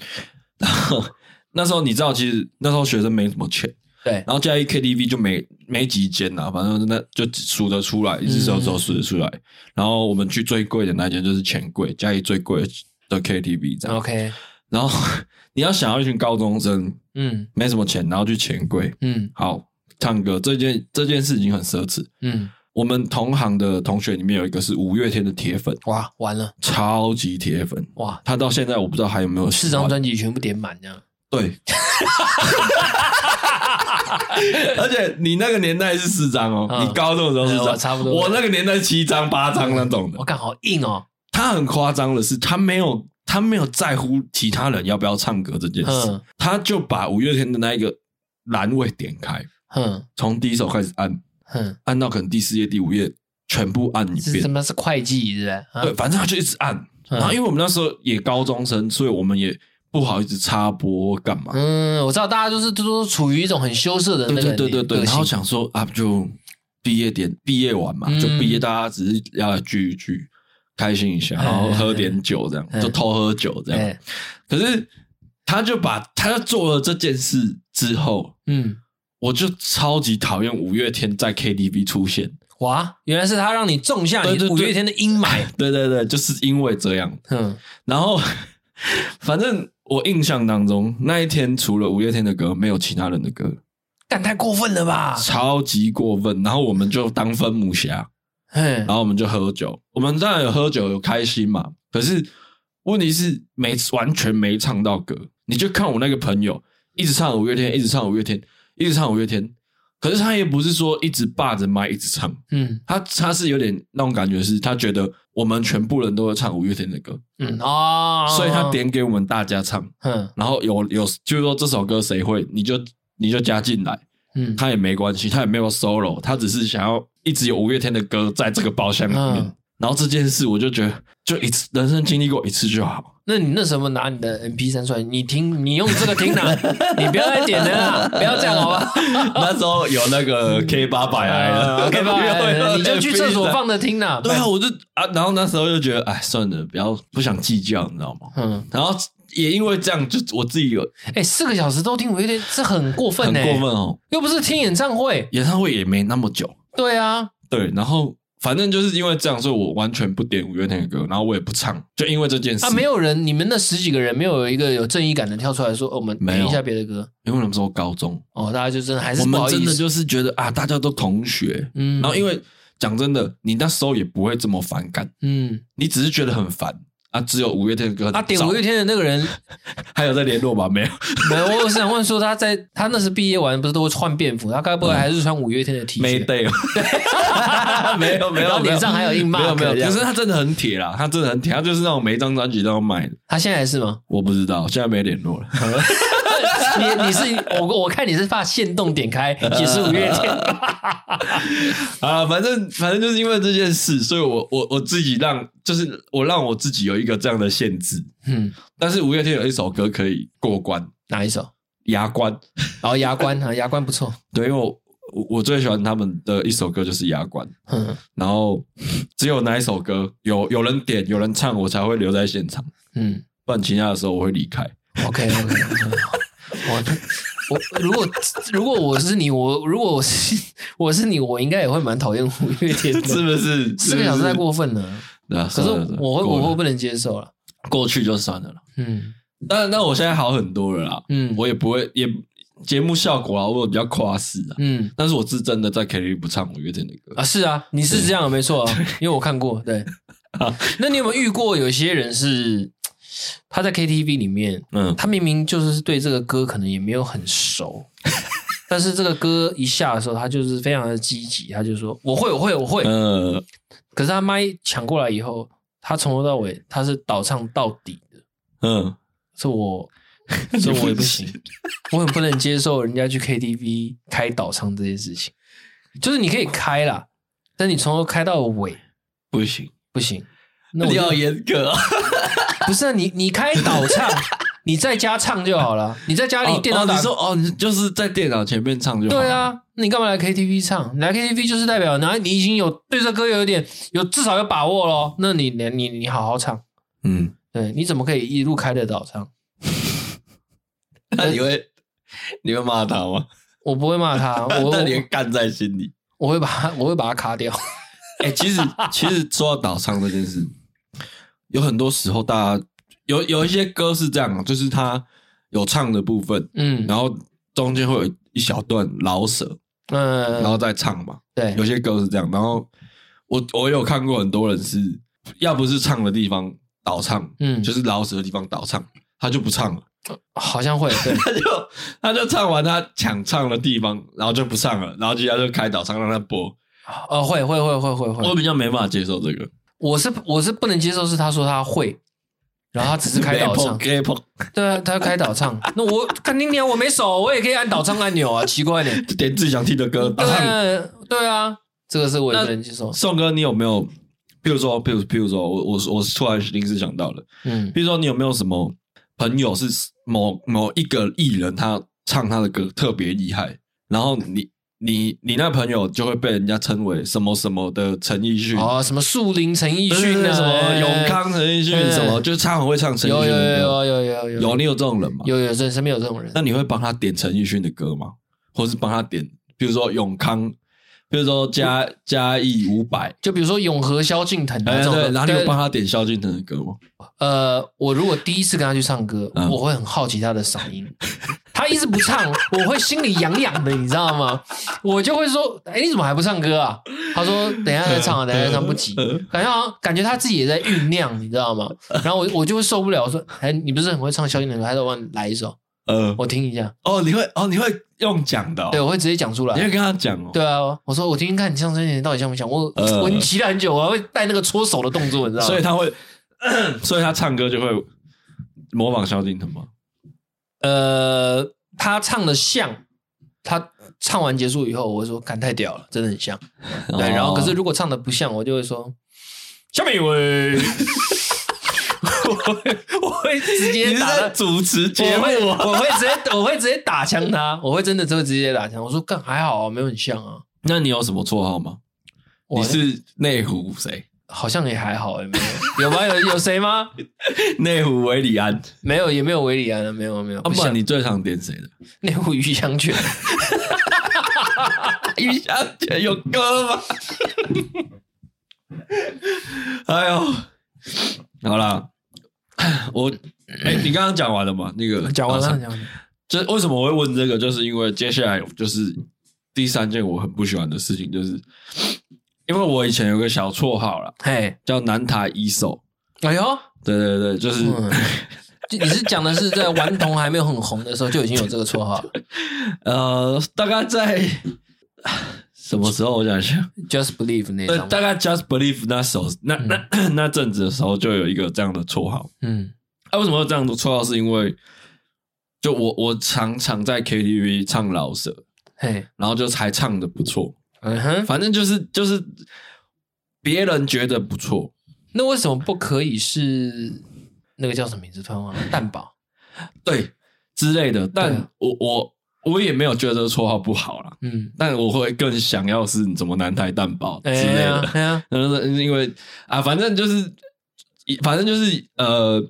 [SPEAKER 1] 那时候你知道，其实那时候学生没什么钱，
[SPEAKER 2] 对，
[SPEAKER 1] 然后加一 KTV 就没没几间啦，反正那就数得出来，一只手手数得出来。然后我们去最贵的那间就是钱柜，嘉义最贵的 KTV 这样。
[SPEAKER 2] OK，
[SPEAKER 1] 然后 你要想要一群高中生
[SPEAKER 2] 嗯
[SPEAKER 1] 没什么钱，然后去钱柜，
[SPEAKER 2] 嗯
[SPEAKER 1] 好唱歌这件这件事情很奢侈。
[SPEAKER 2] 嗯，
[SPEAKER 1] 我们同行的同学里面有一个是五月天的铁粉，
[SPEAKER 2] 哇，完了，
[SPEAKER 1] 超级铁粉。
[SPEAKER 2] 哇，
[SPEAKER 1] 他到现在我不知道还有没有
[SPEAKER 2] 四
[SPEAKER 1] 喜欢
[SPEAKER 2] 张专辑全部点满这样。
[SPEAKER 1] 对， 而且你那个年代是四张哦，
[SPEAKER 2] 嗯
[SPEAKER 1] 你高中的时候是
[SPEAKER 2] 对
[SPEAKER 1] 张，
[SPEAKER 2] 我差不多
[SPEAKER 1] 我那个年代七张、八张那种的
[SPEAKER 2] 我。看好硬哦，
[SPEAKER 1] 他很夸张的是，他没有他没有在乎其他人要不要唱歌这件事，
[SPEAKER 2] 嗯
[SPEAKER 1] 他就把五月天的那一个栏位点开，
[SPEAKER 2] 哼
[SPEAKER 1] 从第一首开始按，
[SPEAKER 2] 哼，
[SPEAKER 1] 按到可能第四页、第五页全部按一
[SPEAKER 2] 是什
[SPEAKER 1] 遍。
[SPEAKER 2] 么是会计是吧？啊
[SPEAKER 1] 对，反正他就一直按。
[SPEAKER 2] 嗯
[SPEAKER 1] 然后因为我们那时候也高中生，所以我们也不好意思插播或干嘛。
[SPEAKER 2] 嗯，我知道大家就是都都处于一种很羞涩的那
[SPEAKER 1] 对对
[SPEAKER 2] 个
[SPEAKER 1] 对对对，
[SPEAKER 2] 个
[SPEAKER 1] 然后
[SPEAKER 2] 性
[SPEAKER 1] 想说啊，就毕业典毕业晚嘛，
[SPEAKER 2] 嗯
[SPEAKER 1] 就毕业大家只是要来聚一聚，开心一下，
[SPEAKER 2] 嗯
[SPEAKER 1] 然后喝点酒这样，
[SPEAKER 2] 嗯
[SPEAKER 1] 就偷喝酒这样。
[SPEAKER 2] 哎
[SPEAKER 1] 可是他就把他就做了这件事之后，
[SPEAKER 2] 嗯，
[SPEAKER 1] 我就超级讨厌五月天在 KTV 出现。
[SPEAKER 2] 哇，原来是他让你种下
[SPEAKER 1] 对
[SPEAKER 2] 你
[SPEAKER 1] 对对
[SPEAKER 2] 五月天的阴霾。
[SPEAKER 1] 对对对，就是因为这样。
[SPEAKER 2] 嗯
[SPEAKER 1] 然后 反正我印象当中那一天，除了五月天的歌，没有其他人的歌，
[SPEAKER 2] 干太过分了吧？
[SPEAKER 1] 超级过分。然后我们就当分母侠。
[SPEAKER 2] 嗯
[SPEAKER 1] 然，后我们就喝酒。我们当然有喝酒，有开心嘛。可是问题是没完全没唱到歌。你就看我那个朋友一直唱五月天，一直唱五月天，一直唱五月天。可是他也不是说一直霸着麦一直唱，
[SPEAKER 2] 嗯
[SPEAKER 1] 他他是有点那种感觉是，他觉得我们全部人都会唱五月天的歌，
[SPEAKER 2] 嗯哦，
[SPEAKER 1] 所以他点给我们大家唱。
[SPEAKER 2] 嗯
[SPEAKER 1] 然后有有就是说这首歌谁会，你就你就加进来，
[SPEAKER 2] 嗯
[SPEAKER 1] 他也没关系，他也没有 solo，他只是想要一直有五月天的歌在这个包厢里面。
[SPEAKER 2] 嗯
[SPEAKER 1] 然后这件事，我就觉得就一次人生经历过一次就 好。
[SPEAKER 2] 那你那时候拿你的 M P 三出来，你听，你用这个听啦，你不要再点了啦，不要这样好吧？
[SPEAKER 1] 那时候有那个
[SPEAKER 2] 嗯
[SPEAKER 1] K 八百来 了
[SPEAKER 2] OK 吧，你就去厕所。放着听啦。
[SPEAKER 1] 对啊，我就啊，然后那时候就觉得，哎，算了，不要不想计较，你知道吗？
[SPEAKER 2] 嗯，
[SPEAKER 1] 然后也因为这样，就我自己有
[SPEAKER 2] 哎、四个小时都听五月天，这很过分
[SPEAKER 1] 很
[SPEAKER 2] 呢、
[SPEAKER 1] 过分哦。
[SPEAKER 2] 又不是听演唱会。
[SPEAKER 1] 演唱会也没那么久，
[SPEAKER 2] 对啊，
[SPEAKER 1] 对。然后反正就是因为这样，所以我完全不点五月天的歌，然后我也不唱，就因为这件事。
[SPEAKER 2] 啊，没有人，你们那十几个人没有一个有正义感的跳出来说，哦、我们
[SPEAKER 1] 没有
[SPEAKER 2] 点一下别的歌。
[SPEAKER 1] 因为那时候高中，
[SPEAKER 2] 哦，大家就真的还是
[SPEAKER 1] 我
[SPEAKER 2] 不好
[SPEAKER 1] 们
[SPEAKER 2] 意
[SPEAKER 1] 真的
[SPEAKER 2] 思。
[SPEAKER 1] 就是觉得啊，大家都同学，
[SPEAKER 2] 嗯
[SPEAKER 1] 然后因为讲真的，你那时候也不会这么反感，
[SPEAKER 2] 嗯，
[SPEAKER 1] 你只是觉得很烦啊。只有五月天的歌很
[SPEAKER 2] 啊，点
[SPEAKER 1] 燥
[SPEAKER 2] 五月天的那个人，
[SPEAKER 1] 还有在联络吗？ 没有，
[SPEAKER 2] 没有，我是想问说他在他那时毕业完不是都会换便服，他该不会还是穿五月天的 T
[SPEAKER 1] 没
[SPEAKER 2] 恤？
[SPEAKER 1] 对，没有没
[SPEAKER 2] 然
[SPEAKER 1] 有，
[SPEAKER 2] 后脸上还有印 mark，
[SPEAKER 1] 没有没有
[SPEAKER 2] 这，样
[SPEAKER 1] 可是他真的很铁啦，他真的很铁，他就是那种每一张专辑都要卖的。
[SPEAKER 2] 他现在还 是吗？
[SPEAKER 1] 我不知道，现在没联络了。
[SPEAKER 2] 你你是我我看你是怕限动点开也是五月 天，
[SPEAKER 1] 啊，反正反正就是因为这件事，所以我我我自己让就是我让我自己有一个这样的限制。
[SPEAKER 2] 嗯，
[SPEAKER 1] 但是五月天有一首歌可以过关，
[SPEAKER 2] 哪一首？
[SPEAKER 1] 牙关。
[SPEAKER 2] 然后牙关啊，牙关不错，
[SPEAKER 1] 对，因为我我我最喜欢他们的一首歌就是《牙关》，
[SPEAKER 2] 嗯
[SPEAKER 1] 然后只有哪一首歌有有人点有人唱，我才会留在现场，
[SPEAKER 2] 嗯
[SPEAKER 1] 不然其他的时候我会离开。
[SPEAKER 2] ，OK 嗯 OK，我我如果如果我是你，我如果我是我是你，我应该也会蛮讨厌五月
[SPEAKER 1] 是
[SPEAKER 2] 天的。
[SPEAKER 1] 不是？
[SPEAKER 2] 四个小时太过分了，
[SPEAKER 1] 对啊，
[SPEAKER 2] 可是
[SPEAKER 1] 算了算了
[SPEAKER 2] 我会
[SPEAKER 1] 过
[SPEAKER 2] 我
[SPEAKER 1] 了
[SPEAKER 2] 会不能接受了。
[SPEAKER 1] 过去就算了啦。
[SPEAKER 2] 嗯
[SPEAKER 1] 但但我现在好很多了啦，
[SPEAKER 2] 嗯，
[SPEAKER 1] 我也不会也节目效果啊，我有比较夸饰啊，
[SPEAKER 2] 嗯
[SPEAKER 1] 但是我是真的在 KTV 不唱五月天的歌。
[SPEAKER 2] 啊是啊，你是这样的没错啊，因为我看过。对，
[SPEAKER 1] 啊
[SPEAKER 2] 那你有没有遇过有些人是他在 KTV 里面，
[SPEAKER 1] 嗯，
[SPEAKER 2] 他明明就是对这个歌可能也没有很 熟，但是这个歌一下的时候，他就是非常的积极，他就说我会我会我会。
[SPEAKER 1] 呃，
[SPEAKER 2] 可是他麦抢过来以后，他从头到尾他是倒唱到底的，
[SPEAKER 1] 嗯，
[SPEAKER 2] 这我这我也不行，我很不能接受人家去 KTV 开倒唱这件事情。就是你可以开啦，但你从头开到尾
[SPEAKER 1] 不行，
[SPEAKER 2] 不行。那
[SPEAKER 1] 你
[SPEAKER 2] 我就
[SPEAKER 1] 好严格啊！
[SPEAKER 2] 不是、啊、你你开 倒唱，你在家唱就好了，你在家里电脑
[SPEAKER 1] 哦
[SPEAKER 2] 打
[SPEAKER 1] 你说哦，你就是在电脑前面唱就好。
[SPEAKER 2] 对，啊，你干嘛来 KTV 唱？你来 KTV 就是代表，然后你已经有对这歌有一点有至少有把握咯。那你你你你好好唱，
[SPEAKER 1] 嗯，
[SPEAKER 2] 对，你怎么可以一路开得倒唱？
[SPEAKER 1] 那你会你会骂他吗？
[SPEAKER 2] 我不会 骂他，我
[SPEAKER 1] 那
[SPEAKER 2] 我
[SPEAKER 1] 你会干在心 里。
[SPEAKER 2] 我会把 他我会把他卡掉。
[SPEAKER 1] 哎、其实其实说到倒唱这件事，有很多时候大家有有一些歌是这样啊，就是他有唱的部分，
[SPEAKER 2] 嗯
[SPEAKER 1] 然后中间会有一小段老舍，
[SPEAKER 2] 嗯，
[SPEAKER 1] 然后再唱嘛。
[SPEAKER 2] 对
[SPEAKER 1] 有些歌是这样，然后我我有看过很多人是要不是唱的地方倒唱，
[SPEAKER 2] 嗯
[SPEAKER 1] 就是老舍的地方倒唱，他就不唱了，
[SPEAKER 2] 好像会 对
[SPEAKER 1] 他就他就唱完他想唱的地方，然后就不唱了，然后接下来就开倒唱让他播。
[SPEAKER 2] 呃会会会会会
[SPEAKER 1] 我
[SPEAKER 2] 会，
[SPEAKER 1] 比较没办法接受这个，
[SPEAKER 2] 我是我是不能接受是他说他会。然后他只是开 倒唱，
[SPEAKER 1] 没碰，
[SPEAKER 2] 对啊，他开倒唱。那我肯定娘我没手，我也可以按倒唱按钮啊，奇怪呢。
[SPEAKER 1] 点自己想听的歌倒
[SPEAKER 2] 对
[SPEAKER 1] 唱。
[SPEAKER 2] 啊，对啊，这个是我也不能接受。
[SPEAKER 1] 宋哥，你有没有？譬如说，譬如譬如说，我我我突然临时想到了，
[SPEAKER 2] 嗯，
[SPEAKER 1] 比如说，你有没有什么朋友是某某一个艺人，他唱他的歌特别厉害，然后你你你那朋友就会被人家称为什么什么的陈奕迅，
[SPEAKER 2] 哦，什么树林陈奕
[SPEAKER 1] 对对
[SPEAKER 2] 迅
[SPEAKER 1] 对
[SPEAKER 2] 啊，
[SPEAKER 1] 什么
[SPEAKER 2] 哎
[SPEAKER 1] 永康陈奕迅，
[SPEAKER 2] 对
[SPEAKER 1] 什么就是他很会唱陈奕
[SPEAKER 2] 有
[SPEAKER 1] 迅
[SPEAKER 2] 有
[SPEAKER 1] 的歌，
[SPEAKER 2] 有有有有
[SPEAKER 1] 有你有这种人吗？
[SPEAKER 2] 有有这身边有这种人，
[SPEAKER 1] 那你会帮他点陈奕迅的歌吗？或是帮他点，比如说永康，比如说嘉嘉义五百，
[SPEAKER 2] 就比如说永和萧敬腾
[SPEAKER 1] 哎
[SPEAKER 2] 那种
[SPEAKER 1] 对，
[SPEAKER 2] 的，
[SPEAKER 1] 然后你
[SPEAKER 2] 对
[SPEAKER 1] 有帮他点萧敬腾的歌吗？
[SPEAKER 2] 呃，我如果第一次跟他去唱歌，
[SPEAKER 1] 嗯
[SPEAKER 2] 我会很好奇他的嗓音，他一直不唱，我会心里痒痒的，你知道吗？我就会说，哎，你怎么还不唱歌啊？他说，等一下再唱啊，等一下再唱不急，感觉好像感觉他自己也在酝酿，你知道吗？然后我我就会受不了，我说，哎，你不是很会唱萧敬腾的歌，还是我帮你来一首，
[SPEAKER 1] 呃，
[SPEAKER 2] 我听一下。
[SPEAKER 1] 哦，你会哦，你会用讲的哦，
[SPEAKER 2] 对，我会直接讲出来
[SPEAKER 1] 你。会跟他讲哦，
[SPEAKER 2] 对啊，我说我听听看你唱这些到底像不像？我、
[SPEAKER 1] 呃
[SPEAKER 2] 我已经期待很久，我还会带那个搓手的动作，你知道吗？
[SPEAKER 1] 所以他会， 所以他唱歌就会模仿萧敬腾吗？
[SPEAKER 2] 呃，他唱的像，他唱完结束以后，我会说干太屌了，真的很像。对，
[SPEAKER 1] 哦
[SPEAKER 2] 然后可是 如果唱的不像，我就会说下面一位，我会我会直接打他。
[SPEAKER 1] 主持啊
[SPEAKER 2] 我会我会直接我会直接打枪他，我会真的就会直接打枪。我说干还好、啊，没有很像啊。
[SPEAKER 1] 那你有什么绰号吗？
[SPEAKER 2] 我
[SPEAKER 1] 你是内湖谁？
[SPEAKER 2] 好像也还好、欸，没有有吗？有有谁吗？
[SPEAKER 1] 内湖维里安，
[SPEAKER 2] 没有，也没有维里安了，没有没有。
[SPEAKER 1] 啊，
[SPEAKER 2] 啊不
[SPEAKER 1] 不
[SPEAKER 2] 像
[SPEAKER 1] 然你最常点谁的？
[SPEAKER 2] 内湖鱼香犬，
[SPEAKER 1] 余香姐有歌吗？哎呦，好啦，我哎、你刚 刚讲完了吗？那个
[SPEAKER 2] 讲完了，
[SPEAKER 1] 啊
[SPEAKER 2] 讲完了。
[SPEAKER 1] 这为什么我会问这个，就是因为接下来就是第三件我很不喜欢的事情，就是因为我以前有个小绰号啦，
[SPEAKER 2] 嘿，
[SPEAKER 1] 叫南台一手。
[SPEAKER 2] 哎呦，
[SPEAKER 1] 对对对，就是、
[SPEAKER 2] 嗯，就你是讲的是在顽童还没有很红的时候就已经有这个绰号了
[SPEAKER 1] 呃，大概在 什么时候？我想一下，
[SPEAKER 2] ，Just Believe 那
[SPEAKER 1] 对，
[SPEAKER 2] 张吗，
[SPEAKER 1] 大概 Just Believe 那时候，那那 那阵子的时候，就有一个这样的绰号。
[SPEAKER 2] 嗯
[SPEAKER 1] 啊，为什么有这样的绰号？是因为就我我常常在 KTV 唱老舍，
[SPEAKER 2] 嘿，
[SPEAKER 1] 然后就还唱的不错，
[SPEAKER 2] 嗯哼，
[SPEAKER 1] 反正就是就是别人觉得不错，
[SPEAKER 2] 那为什么不可以是那个叫什么名字？突然忘了，蛋堡，
[SPEAKER 1] 对之类的。
[SPEAKER 2] 对
[SPEAKER 1] 但
[SPEAKER 2] 啊
[SPEAKER 1] 我我我也没有觉得这个绰号不好啦，
[SPEAKER 2] 嗯，
[SPEAKER 1] 但我会更想要是什么南台蛋堡之
[SPEAKER 2] 哎
[SPEAKER 1] 类
[SPEAKER 2] 呀
[SPEAKER 1] 的。
[SPEAKER 2] 哎呀，
[SPEAKER 1] 嗯，因为啊，反正就是反正就是呃，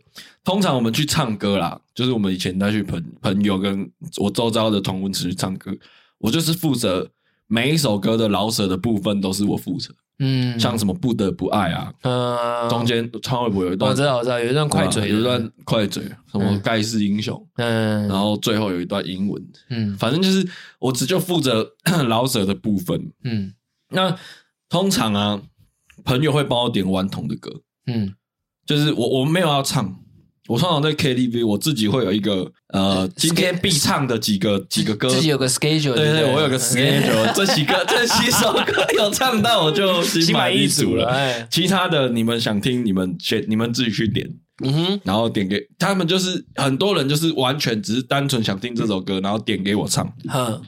[SPEAKER 1] 通常我们去唱歌啦，就是我们以前那群朋朋友跟我周遭的同文池去唱歌，我就是负责每一首歌的老舍的部分都是我负责，
[SPEAKER 2] 嗯，
[SPEAKER 1] 像什么不得不爱啊，
[SPEAKER 2] 呃，
[SPEAKER 1] 中间川微博有一段
[SPEAKER 2] 我知道我知道，有一段哦快嘴
[SPEAKER 1] 对吧
[SPEAKER 2] 的，
[SPEAKER 1] 有一段快嘴，什么盖世英雄，
[SPEAKER 2] 嗯，
[SPEAKER 1] 然后最后有一段英文，
[SPEAKER 2] 嗯
[SPEAKER 1] 反正就是我只就负责 老舍的部分。
[SPEAKER 2] 嗯
[SPEAKER 1] 那通常啊，朋友会帮我点顽童的歌，
[SPEAKER 2] 嗯，
[SPEAKER 1] 就是我我没有要唱，我通常在 KTV 我自己会有一个呃，今天必唱的几个几个歌。
[SPEAKER 2] 自己有个 schedule，
[SPEAKER 1] 对
[SPEAKER 2] 不嗯
[SPEAKER 1] 对，我有个 schedule，这几个这几首歌有唱到我就
[SPEAKER 2] 心
[SPEAKER 1] 心
[SPEAKER 2] 满
[SPEAKER 1] 满
[SPEAKER 2] 意
[SPEAKER 1] 意
[SPEAKER 2] 足
[SPEAKER 1] 足
[SPEAKER 2] 了，
[SPEAKER 1] 了。
[SPEAKER 2] 哎，
[SPEAKER 1] 其他的你们想听，你们选，你们自己去点。
[SPEAKER 2] 嗯哼，
[SPEAKER 1] 然后点给他们，就是很多人就是完全只是单纯想听这首歌，然后点给我唱。
[SPEAKER 2] 哼，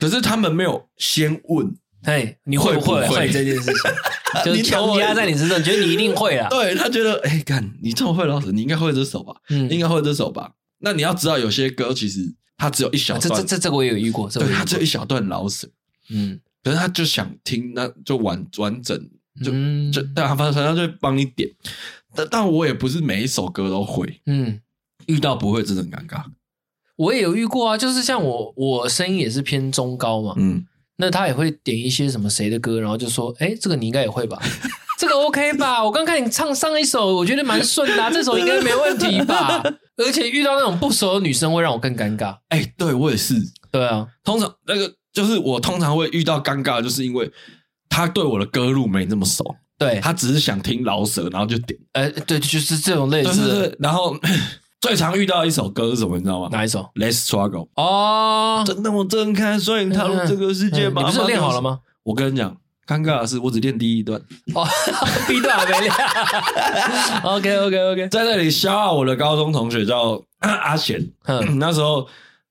[SPEAKER 1] 可是他们没有先问，
[SPEAKER 2] 哎，你会不
[SPEAKER 1] 会
[SPEAKER 2] 会
[SPEAKER 1] 不会
[SPEAKER 2] 会这件事情？ 就是
[SPEAKER 1] 你懂
[SPEAKER 2] 强
[SPEAKER 1] 我
[SPEAKER 2] 压在你身上，你觉得你一定会 啊？
[SPEAKER 1] 对他觉得，哎、干，你这么会老师，你应该会这首吧？
[SPEAKER 2] 嗯
[SPEAKER 1] 应该会这首吧？那你要知道，有些歌其实它只有一小
[SPEAKER 2] 啊这
[SPEAKER 1] 段，
[SPEAKER 2] 这这这个我也有遇过，这个我
[SPEAKER 1] 对，
[SPEAKER 2] 也
[SPEAKER 1] 它
[SPEAKER 2] 有遇
[SPEAKER 1] 只有
[SPEAKER 2] 过
[SPEAKER 1] 一小段老舍，
[SPEAKER 2] 嗯
[SPEAKER 1] 可是他就想听，那就完完整，就、
[SPEAKER 2] 嗯
[SPEAKER 1] 就，但反正他就会帮你点。但但我也不是每一首歌都会，
[SPEAKER 2] 嗯。
[SPEAKER 1] 遇到不会真的很尴尬。
[SPEAKER 2] 我也有遇过啊，就是像我，我声音也是偏中高嘛，
[SPEAKER 1] 嗯，
[SPEAKER 2] 那他也会点一些什么谁的歌，然后就说，哎，这个你应该也会吧， 这个 OK 吧？我刚看你唱上一首，我觉得蛮顺的、啊，这首应该没问题吧？而且遇到那种不熟的女生会让我更尴尬。
[SPEAKER 1] 哎、对我也是，
[SPEAKER 2] 对啊，
[SPEAKER 1] 通常那个就是我通常会遇到尴尬，就是因为他对我的歌路没那么熟，
[SPEAKER 2] 对，
[SPEAKER 1] 他只是想听老舍，然后就点。
[SPEAKER 2] 呃，对，就是这种类
[SPEAKER 1] 对
[SPEAKER 2] 似
[SPEAKER 1] 对
[SPEAKER 2] 的
[SPEAKER 1] 对，然后最常遇到一首歌是什么，你知道吗
[SPEAKER 2] 哪一首？
[SPEAKER 1] ？Let's Struggle。
[SPEAKER 2] 哦，
[SPEAKER 1] 真的，我睁开双眼踏入这个世界
[SPEAKER 2] 嗯
[SPEAKER 1] 吧。
[SPEAKER 2] 你不是练好了吗？
[SPEAKER 1] 我跟你讲，尴尬的是我只练第一段，
[SPEAKER 2] 哦 ，B 段还 没练。OK OK OK，
[SPEAKER 1] 在那里笑傲我的高中同学叫 阿贤。
[SPEAKER 2] 嗯
[SPEAKER 1] 那时候，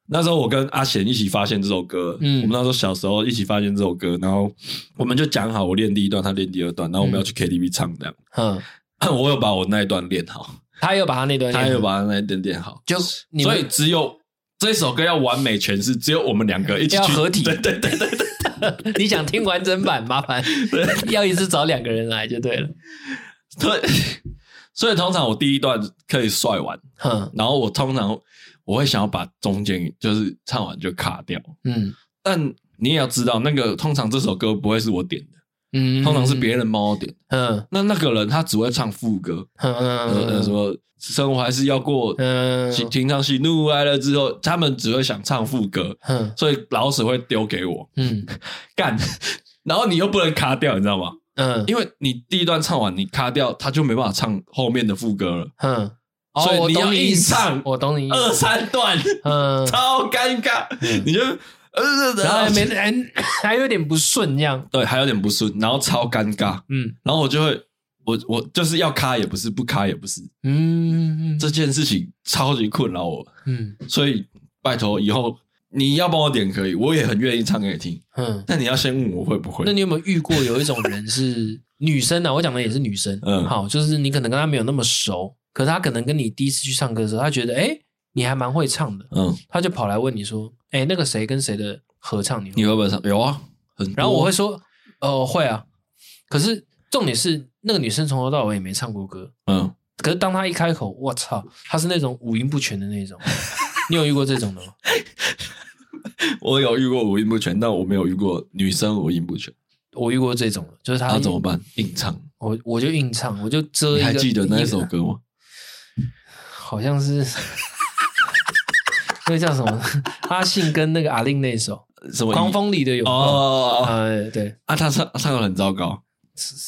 [SPEAKER 1] 那时候我跟阿贤一起发现这首歌，嗯，
[SPEAKER 2] 嗯
[SPEAKER 1] 我们那时候小时候一起发现这首歌，然后 我们就讲好，我练第一段，他练第二段，然后我们要去 KTV 唱这样。
[SPEAKER 2] 嗯，
[SPEAKER 1] 我有把我那一段练好，
[SPEAKER 2] 他又把他那段练
[SPEAKER 1] 他
[SPEAKER 2] 好，
[SPEAKER 1] 有把他那一段练好，
[SPEAKER 2] 哎就你
[SPEAKER 1] 所
[SPEAKER 2] 们
[SPEAKER 1] 以只有这首歌要完美诠释，只有我们两个一起去
[SPEAKER 2] 要合 体
[SPEAKER 1] 对对对对对。
[SPEAKER 2] 你想听完整版，麻烦要一次找两个人来就对了。
[SPEAKER 1] 对 所以通常我第一段可以帅完，
[SPEAKER 2] 哼，
[SPEAKER 1] 然后我通常我会想要把中间就是唱完就卡掉，
[SPEAKER 2] 嗯
[SPEAKER 1] 但你也要知道，那个通常这首歌不会是我点的，
[SPEAKER 2] 嗯，
[SPEAKER 1] 通常是别人帮我点。
[SPEAKER 2] 嗯
[SPEAKER 1] 那那个人他只会唱副歌，
[SPEAKER 2] 嗯
[SPEAKER 1] 呃呃，什
[SPEAKER 2] 嗯
[SPEAKER 1] 么生活还是要过，
[SPEAKER 2] 嗯
[SPEAKER 1] 平平常喜怒哀乐之后，他们只会想唱副歌，
[SPEAKER 2] 嗯
[SPEAKER 1] 所以老师会丢给我
[SPEAKER 2] 嗯
[SPEAKER 1] 干， 然后你又不能卡掉，你知道吗？
[SPEAKER 2] 嗯
[SPEAKER 1] 因为你第一段唱完，你卡掉，他就没办法唱后面的副歌了，
[SPEAKER 2] 嗯，哦
[SPEAKER 1] 所以
[SPEAKER 2] 我
[SPEAKER 1] 你
[SPEAKER 2] 懂
[SPEAKER 1] 要
[SPEAKER 2] 你
[SPEAKER 1] 硬
[SPEAKER 2] 意思
[SPEAKER 1] 唱
[SPEAKER 2] 我懂你意
[SPEAKER 1] 二
[SPEAKER 2] 思。
[SPEAKER 1] 三段
[SPEAKER 2] 嗯，
[SPEAKER 1] 超尴尬，你就呃，
[SPEAKER 2] 然后还没
[SPEAKER 1] 没
[SPEAKER 2] 还还有点不顺这样。
[SPEAKER 1] 对，还有点不顺，然后超尴尬，
[SPEAKER 2] 嗯
[SPEAKER 1] 然后我就会。我我就是要卡也不是，不卡也不是，
[SPEAKER 2] 嗯
[SPEAKER 1] 这件事情超级困扰我，
[SPEAKER 2] 嗯
[SPEAKER 1] 所以拜托以后你要帮我点可以，我也很愿意唱给你听，
[SPEAKER 2] 嗯，
[SPEAKER 1] 但你要先问我会不会
[SPEAKER 2] 那。你有没有遇过有一种人 是女生呢、啊？我讲的也是女生。
[SPEAKER 1] 嗯
[SPEAKER 2] 好，就是你可能跟她没有那么熟，可是她可能跟你第一次去唱歌的时候，她觉得哎、诶你还蛮会唱的，
[SPEAKER 1] 嗯，
[SPEAKER 2] 他就跑来问你说：“哎、那个谁跟谁的合唱你会
[SPEAKER 1] 你会不会唱？有啊，很多。
[SPEAKER 2] 然后我会说：“哦、会啊。”可是重点是，那个女生从头到尾也没唱过歌。
[SPEAKER 1] 嗯，
[SPEAKER 2] 可是当她一开口，我操，她是那种五音不全的那种。 你有遇过这种的吗？
[SPEAKER 1] 我有遇过五音不全，但我没有遇过女生五音不全，
[SPEAKER 2] 我遇过这种的，就是她
[SPEAKER 1] 然后怎么？办？硬唱。
[SPEAKER 2] 我我就硬唱，我就遮
[SPEAKER 1] 你
[SPEAKER 2] 一个。
[SPEAKER 1] 还记得那一首
[SPEAKER 2] 一个？
[SPEAKER 1] 歌吗？
[SPEAKER 2] 好像是 那个叫什么？ 阿信跟那个阿令那首
[SPEAKER 1] 什
[SPEAKER 2] 《
[SPEAKER 1] 么
[SPEAKER 2] 狂风里的拥抱》
[SPEAKER 1] 哦啊
[SPEAKER 2] 呃，对，
[SPEAKER 1] 啊！他唱唱的很糟糕，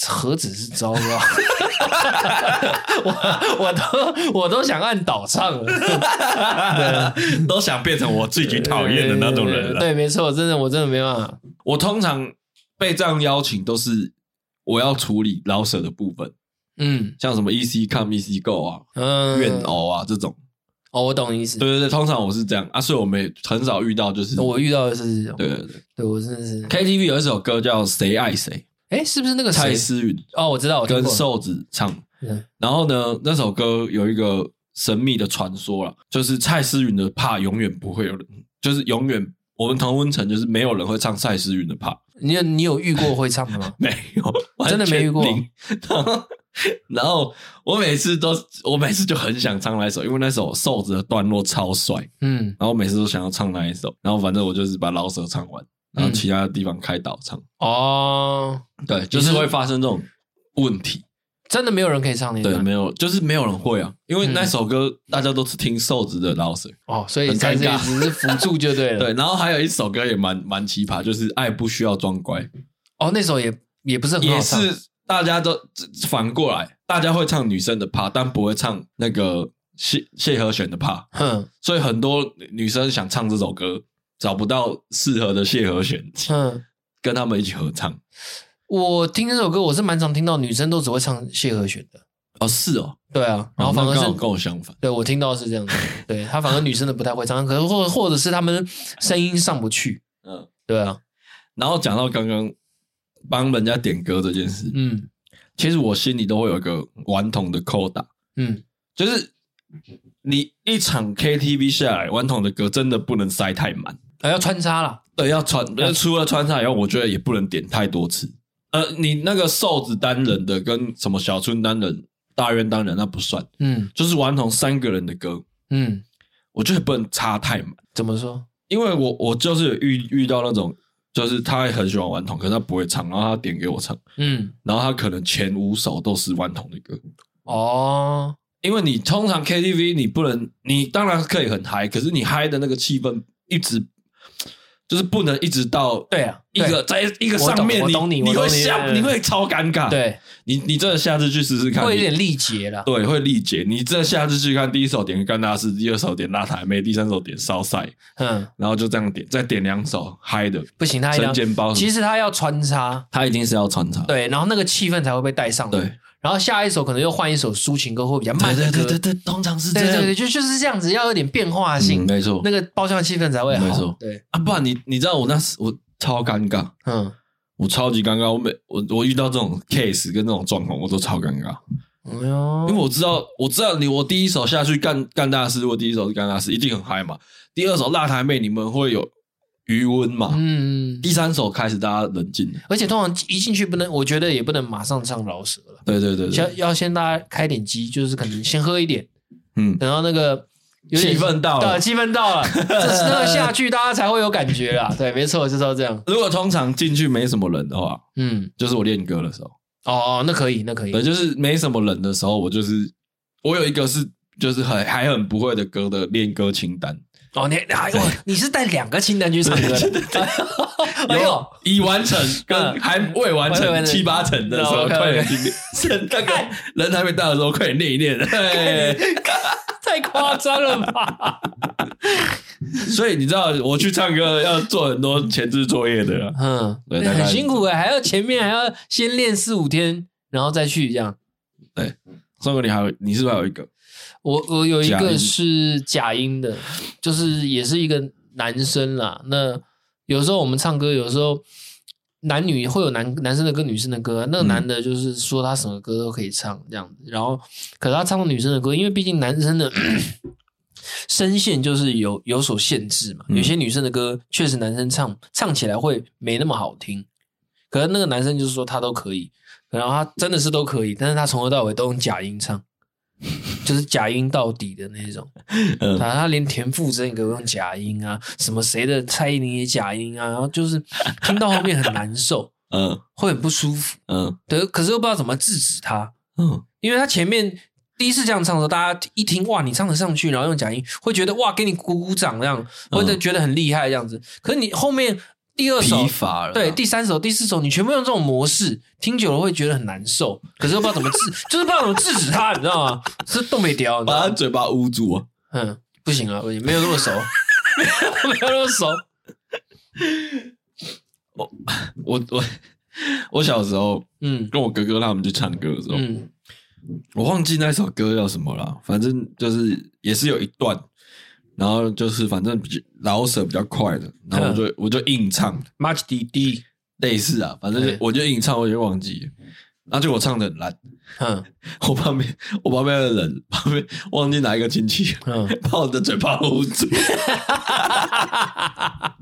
[SPEAKER 2] 何止是糟糕， 我我都我都想按倒唱了， 啊
[SPEAKER 1] 都想变成我自己讨厌的那种人啊了。
[SPEAKER 2] 对，没错，真的，我真的没办法。
[SPEAKER 1] 我通常被这样邀请，都是我要处理老舍的部分，
[SPEAKER 2] 嗯
[SPEAKER 1] 像什么 EC come EC go 啊、
[SPEAKER 2] 嗯，
[SPEAKER 1] 怨偶啊这种。
[SPEAKER 2] 哦，我懂你意思
[SPEAKER 1] 对。对对，通常我是这样啊，所以我们也很少遇到就是
[SPEAKER 2] 我遇到的是这种，
[SPEAKER 1] 对对对
[SPEAKER 2] 对我真的是，
[SPEAKER 1] KTV 有一首歌叫《谁爱谁》，
[SPEAKER 2] 哎，是不是那个
[SPEAKER 1] 蔡
[SPEAKER 2] 谁？
[SPEAKER 1] 思韵
[SPEAKER 2] 哦，我知道，我听
[SPEAKER 1] 跟
[SPEAKER 2] 过。
[SPEAKER 1] 瘦子唱。
[SPEAKER 2] 嗯
[SPEAKER 1] 然后呢，那首歌有一个神秘的传说啦，就是蔡诗芸的怕永远不会有人，就是永远我们同温层就是没有人会唱蔡诗芸的怕，
[SPEAKER 2] 你有你有遇过会唱的吗
[SPEAKER 1] ？没有，
[SPEAKER 2] 真的没遇过
[SPEAKER 1] 完全零。然后然后我每次都，我每次就很想唱那一首，因为那首瘦子的段落超帅，
[SPEAKER 2] 嗯，
[SPEAKER 1] 然后每次都想要唱那一首。然后反正我就是把老舍唱完，然
[SPEAKER 2] 嗯
[SPEAKER 1] 后其他地方开导唱。
[SPEAKER 2] 哦，
[SPEAKER 1] 对，就是会发生这种问题。
[SPEAKER 2] 真的没有人可以唱那
[SPEAKER 1] 对，
[SPEAKER 2] 段
[SPEAKER 1] 没有，就是没有人会啊，因为
[SPEAKER 2] 嗯
[SPEAKER 1] 那首歌大家都是听瘦子的老舍。
[SPEAKER 2] 哦，所以
[SPEAKER 1] 很
[SPEAKER 2] 在
[SPEAKER 1] 尴
[SPEAKER 2] 这里
[SPEAKER 1] 尬
[SPEAKER 2] 只是辅助就对了。
[SPEAKER 1] 对，然后还有一首歌也蛮蛮奇葩，就是《爱不需要装乖》，
[SPEAKER 2] 哦，那首也也不是很好
[SPEAKER 1] 也
[SPEAKER 2] 唱，
[SPEAKER 1] 是大家都反过来，大家会唱女生的怕，但不会唱那个谢谢和弦的怕。
[SPEAKER 2] 哼
[SPEAKER 1] 所以很多女生想唱这首歌，找不到适合的谢和 弦，
[SPEAKER 2] 哼。
[SPEAKER 1] 跟他们一起合唱。
[SPEAKER 2] 我听这首歌，我是蛮常听到女生都只会唱谢和弦的，
[SPEAKER 1] 哦，是哦，
[SPEAKER 2] 对啊，然后反而
[SPEAKER 1] 那
[SPEAKER 2] 是
[SPEAKER 1] 刚好跟我相反。
[SPEAKER 2] 对我听到是这样子，对他反而女生的不太会唱，可是或或者是他们声音上不去，
[SPEAKER 1] 嗯，
[SPEAKER 2] 对啊，
[SPEAKER 1] 然后讲到刚刚帮人家点歌这件事，
[SPEAKER 2] 嗯
[SPEAKER 1] 其实我心里都会有一个顽童的扣打，
[SPEAKER 2] 嗯，
[SPEAKER 1] 就是你一场 KTV 下来，顽童的歌真的不能塞太满。
[SPEAKER 2] 还呃要穿插啦，
[SPEAKER 1] 对，要穿，呃除了穿插以外，我觉得也不能点太多次。呃，你那个瘦子单人的跟什么小春单人、大院单人那不算，
[SPEAKER 2] 嗯
[SPEAKER 1] 就是顽童三个人的歌，
[SPEAKER 2] 嗯，
[SPEAKER 1] 我觉得不能差太满，
[SPEAKER 2] 怎么说？
[SPEAKER 1] 因为我我就是有遇遇到那种，就是他也很喜欢顽童，可是他不会唱，然后他点给我唱，
[SPEAKER 2] 嗯
[SPEAKER 1] 然后他可能前五首都是顽童的歌，
[SPEAKER 2] 哦，
[SPEAKER 1] 因为你通常 KTV 你不能，你当然可以很嗨，可是你嗨的那个气氛一直就是不能一直到
[SPEAKER 2] 对啊，
[SPEAKER 1] 一个在一个上面
[SPEAKER 2] 我
[SPEAKER 1] 你，
[SPEAKER 2] 懂
[SPEAKER 1] 你
[SPEAKER 2] 我懂你我懂
[SPEAKER 1] 会
[SPEAKER 2] 你
[SPEAKER 1] 吓，
[SPEAKER 2] 嗯
[SPEAKER 1] 你会超尴尬。，
[SPEAKER 2] 对
[SPEAKER 1] 你你真的下次去试试
[SPEAKER 2] 对，
[SPEAKER 1] 看，
[SPEAKER 2] 会有
[SPEAKER 1] 你
[SPEAKER 2] 点力竭啦，
[SPEAKER 1] 对会力竭。你真的下次去看第一首点干大事，第二首点辣台妹，第三首点烧晒，
[SPEAKER 2] 嗯，
[SPEAKER 1] 然后就这样点，再点两首嗨的
[SPEAKER 2] 不行，他一定
[SPEAKER 1] 生
[SPEAKER 2] 要，
[SPEAKER 1] 煎包。
[SPEAKER 2] 其实他要穿插，
[SPEAKER 1] 他一定是要穿插，
[SPEAKER 2] 对，然后那个气氛才会被带上来，
[SPEAKER 1] 对
[SPEAKER 2] 然后下一首可能又换一首抒情歌或比较慢
[SPEAKER 1] 对
[SPEAKER 2] 的
[SPEAKER 1] 对
[SPEAKER 2] 歌，
[SPEAKER 1] 对对对，通常是这
[SPEAKER 2] 对对对，
[SPEAKER 1] 样。
[SPEAKER 2] 就就是这样子，要有点变化性，
[SPEAKER 1] 嗯没错
[SPEAKER 2] 那个包厢气氛才会好。
[SPEAKER 1] 没错
[SPEAKER 2] 对，
[SPEAKER 1] 啊，不然你你知道我那时我超尴尬，
[SPEAKER 2] 嗯
[SPEAKER 1] 我超级尴尬。我每我我遇到这种 case 跟这种状况，我都超尴尬。
[SPEAKER 2] 哎呦，
[SPEAKER 1] 因为我知道，我知道你，我第一首下去干干大事，我第一首是干大事，一定很嗨嘛。第二首辣台妹，你们会有余温嘛？
[SPEAKER 2] 嗯，
[SPEAKER 1] 第三首开始大家冷静了，
[SPEAKER 2] 而且通常一进去不能，我觉得也不能马上唱饶舌了，
[SPEAKER 1] 对对对
[SPEAKER 2] 要
[SPEAKER 1] 对，
[SPEAKER 2] 要先大家开点机，就是可能先喝一点，
[SPEAKER 1] 嗯，
[SPEAKER 2] 等到那个有点
[SPEAKER 1] 气氛到了
[SPEAKER 2] 对，气氛 到了，这是那个下去大家才会有感觉啦。对，没错，就是要这样。
[SPEAKER 1] 如果通常进去没什么人的话，
[SPEAKER 2] 嗯，
[SPEAKER 1] 就是我练歌的时候，
[SPEAKER 2] 哦，那可以，那可以
[SPEAKER 1] 对，。就是没什么人的时候，我就是我有一个是就是很还很不会的歌的练歌清单，
[SPEAKER 2] 哦，你哎呦，你是带两个清单去唱 歌的？哎呦
[SPEAKER 1] 有，已完 成
[SPEAKER 2] 嗯
[SPEAKER 1] 跟还未完
[SPEAKER 2] 未完
[SPEAKER 1] 成
[SPEAKER 2] 成
[SPEAKER 1] 七八成的时候，
[SPEAKER 2] OK，OK
[SPEAKER 1] 快点去练， 趁那个人还没到的时候，快点练一 练。对。
[SPEAKER 2] 太夸张了吧？
[SPEAKER 1] 所以你知道，我去唱歌要做很多前置作业的啊啦。
[SPEAKER 2] 嗯，
[SPEAKER 1] 对
[SPEAKER 2] 欸
[SPEAKER 1] 大概
[SPEAKER 2] 很辛苦哎、还要前面还要先练四五天，然后再去这样。
[SPEAKER 1] 宋哥，你还有你是不是还有一个？
[SPEAKER 2] 我我有一
[SPEAKER 1] 假
[SPEAKER 2] 个
[SPEAKER 1] 音
[SPEAKER 2] 是假音的，就是也是一个男生啦。那有时候我们唱歌，有时候男女会有男男生的歌、女生的歌。那个
[SPEAKER 1] 嗯
[SPEAKER 2] 男的就是说他什么歌都可以唱这样子，然后可是他唱女生的歌，因为毕竟男生的 声线就是有有所限制嘛。
[SPEAKER 1] 嗯
[SPEAKER 2] 有些女生的歌确实男生唱唱起来会没那么好听，可是那个男生就是说他都可以，然后他真的是都可以，但是他从头到尾都用假音唱。就是假音到底的那种，
[SPEAKER 1] 嗯
[SPEAKER 2] 他他连田馥甄也给我用假音啊，什么谁的蔡依林也假音啊，然后就是听到后面很难受，
[SPEAKER 1] 嗯
[SPEAKER 2] 会很不舒服，
[SPEAKER 1] 嗯
[SPEAKER 2] 对，可是又不知道怎么制止他，
[SPEAKER 1] 嗯，
[SPEAKER 2] 因为他前面第一次这样唱的时候，大家一听哇，你唱得上去，然后用假音，会觉得哇，给你鼓鼓掌这样，或者觉得很厉害这样子，可是你后面第二首
[SPEAKER 1] 疲乏了。
[SPEAKER 2] 对，第三首、第四首，你全部用这种模式，听久了会觉得很难受，可是又不知道怎么制，就是不知道怎么制止他，你知道吗？是冻没掉，你知道
[SPEAKER 1] 把
[SPEAKER 2] 吗
[SPEAKER 1] 他嘴巴捂住啊！
[SPEAKER 2] 嗯，不行啊，不行，没有那么熟， 没有那么熟。
[SPEAKER 1] 我我 我小时候
[SPEAKER 2] 嗯
[SPEAKER 1] 跟我哥哥他们去唱歌的时候，
[SPEAKER 2] 嗯
[SPEAKER 1] 我忘记那首歌叫什么了，反正就是也是有一段，然后就是反正比较老舍比较快的，然
[SPEAKER 2] 嗯
[SPEAKER 1] 后我就、我就硬唱，
[SPEAKER 2] ，Much D D，
[SPEAKER 1] 类似啊，反正就
[SPEAKER 2] 对
[SPEAKER 1] 我就硬唱，我也忘记了，然后结果我唱的很烂，
[SPEAKER 2] 嗯
[SPEAKER 1] 我旁边我旁边的人旁边忘记哪一个亲戚
[SPEAKER 2] 嗯，
[SPEAKER 1] 把我的嘴巴捂住，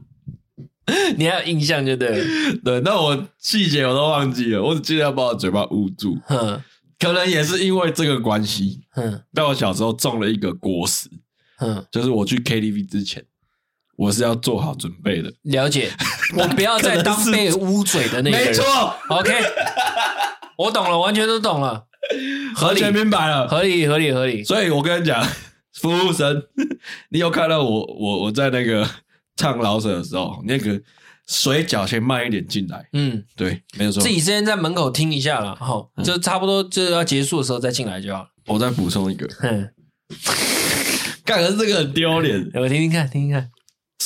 [SPEAKER 2] 你还有印象就对了，
[SPEAKER 1] 对，那我细节我都忘记了，我只记得要把我嘴巴捂住。
[SPEAKER 2] 嗯
[SPEAKER 1] 可能也是因为这个关系，
[SPEAKER 2] 嗯
[SPEAKER 1] 在我小时候种了一个果实，
[SPEAKER 2] 嗯，
[SPEAKER 1] 就是我去 KTV 之前，我是要做好准备的。
[SPEAKER 2] 了 解。我不要再当被捂嘴的那个人。OK，我懂了，完全都懂了，合
[SPEAKER 1] 完
[SPEAKER 2] 理
[SPEAKER 1] 全明白了。
[SPEAKER 2] 合理，合理，合理。
[SPEAKER 1] 所以我跟你讲，服务生， 你有看到我我我在那个唱老舍的时候，那个水饺先慢一点进来，
[SPEAKER 2] 嗯，
[SPEAKER 1] 对，没有错
[SPEAKER 2] 自。己先在门口听一下了，好，
[SPEAKER 1] 嗯
[SPEAKER 2] 就差不多就要结束的时候再进来就好了。
[SPEAKER 1] 我再补充一个，
[SPEAKER 2] 嗯，
[SPEAKER 1] 干的这个很丢脸。
[SPEAKER 2] 我听听看，听听看。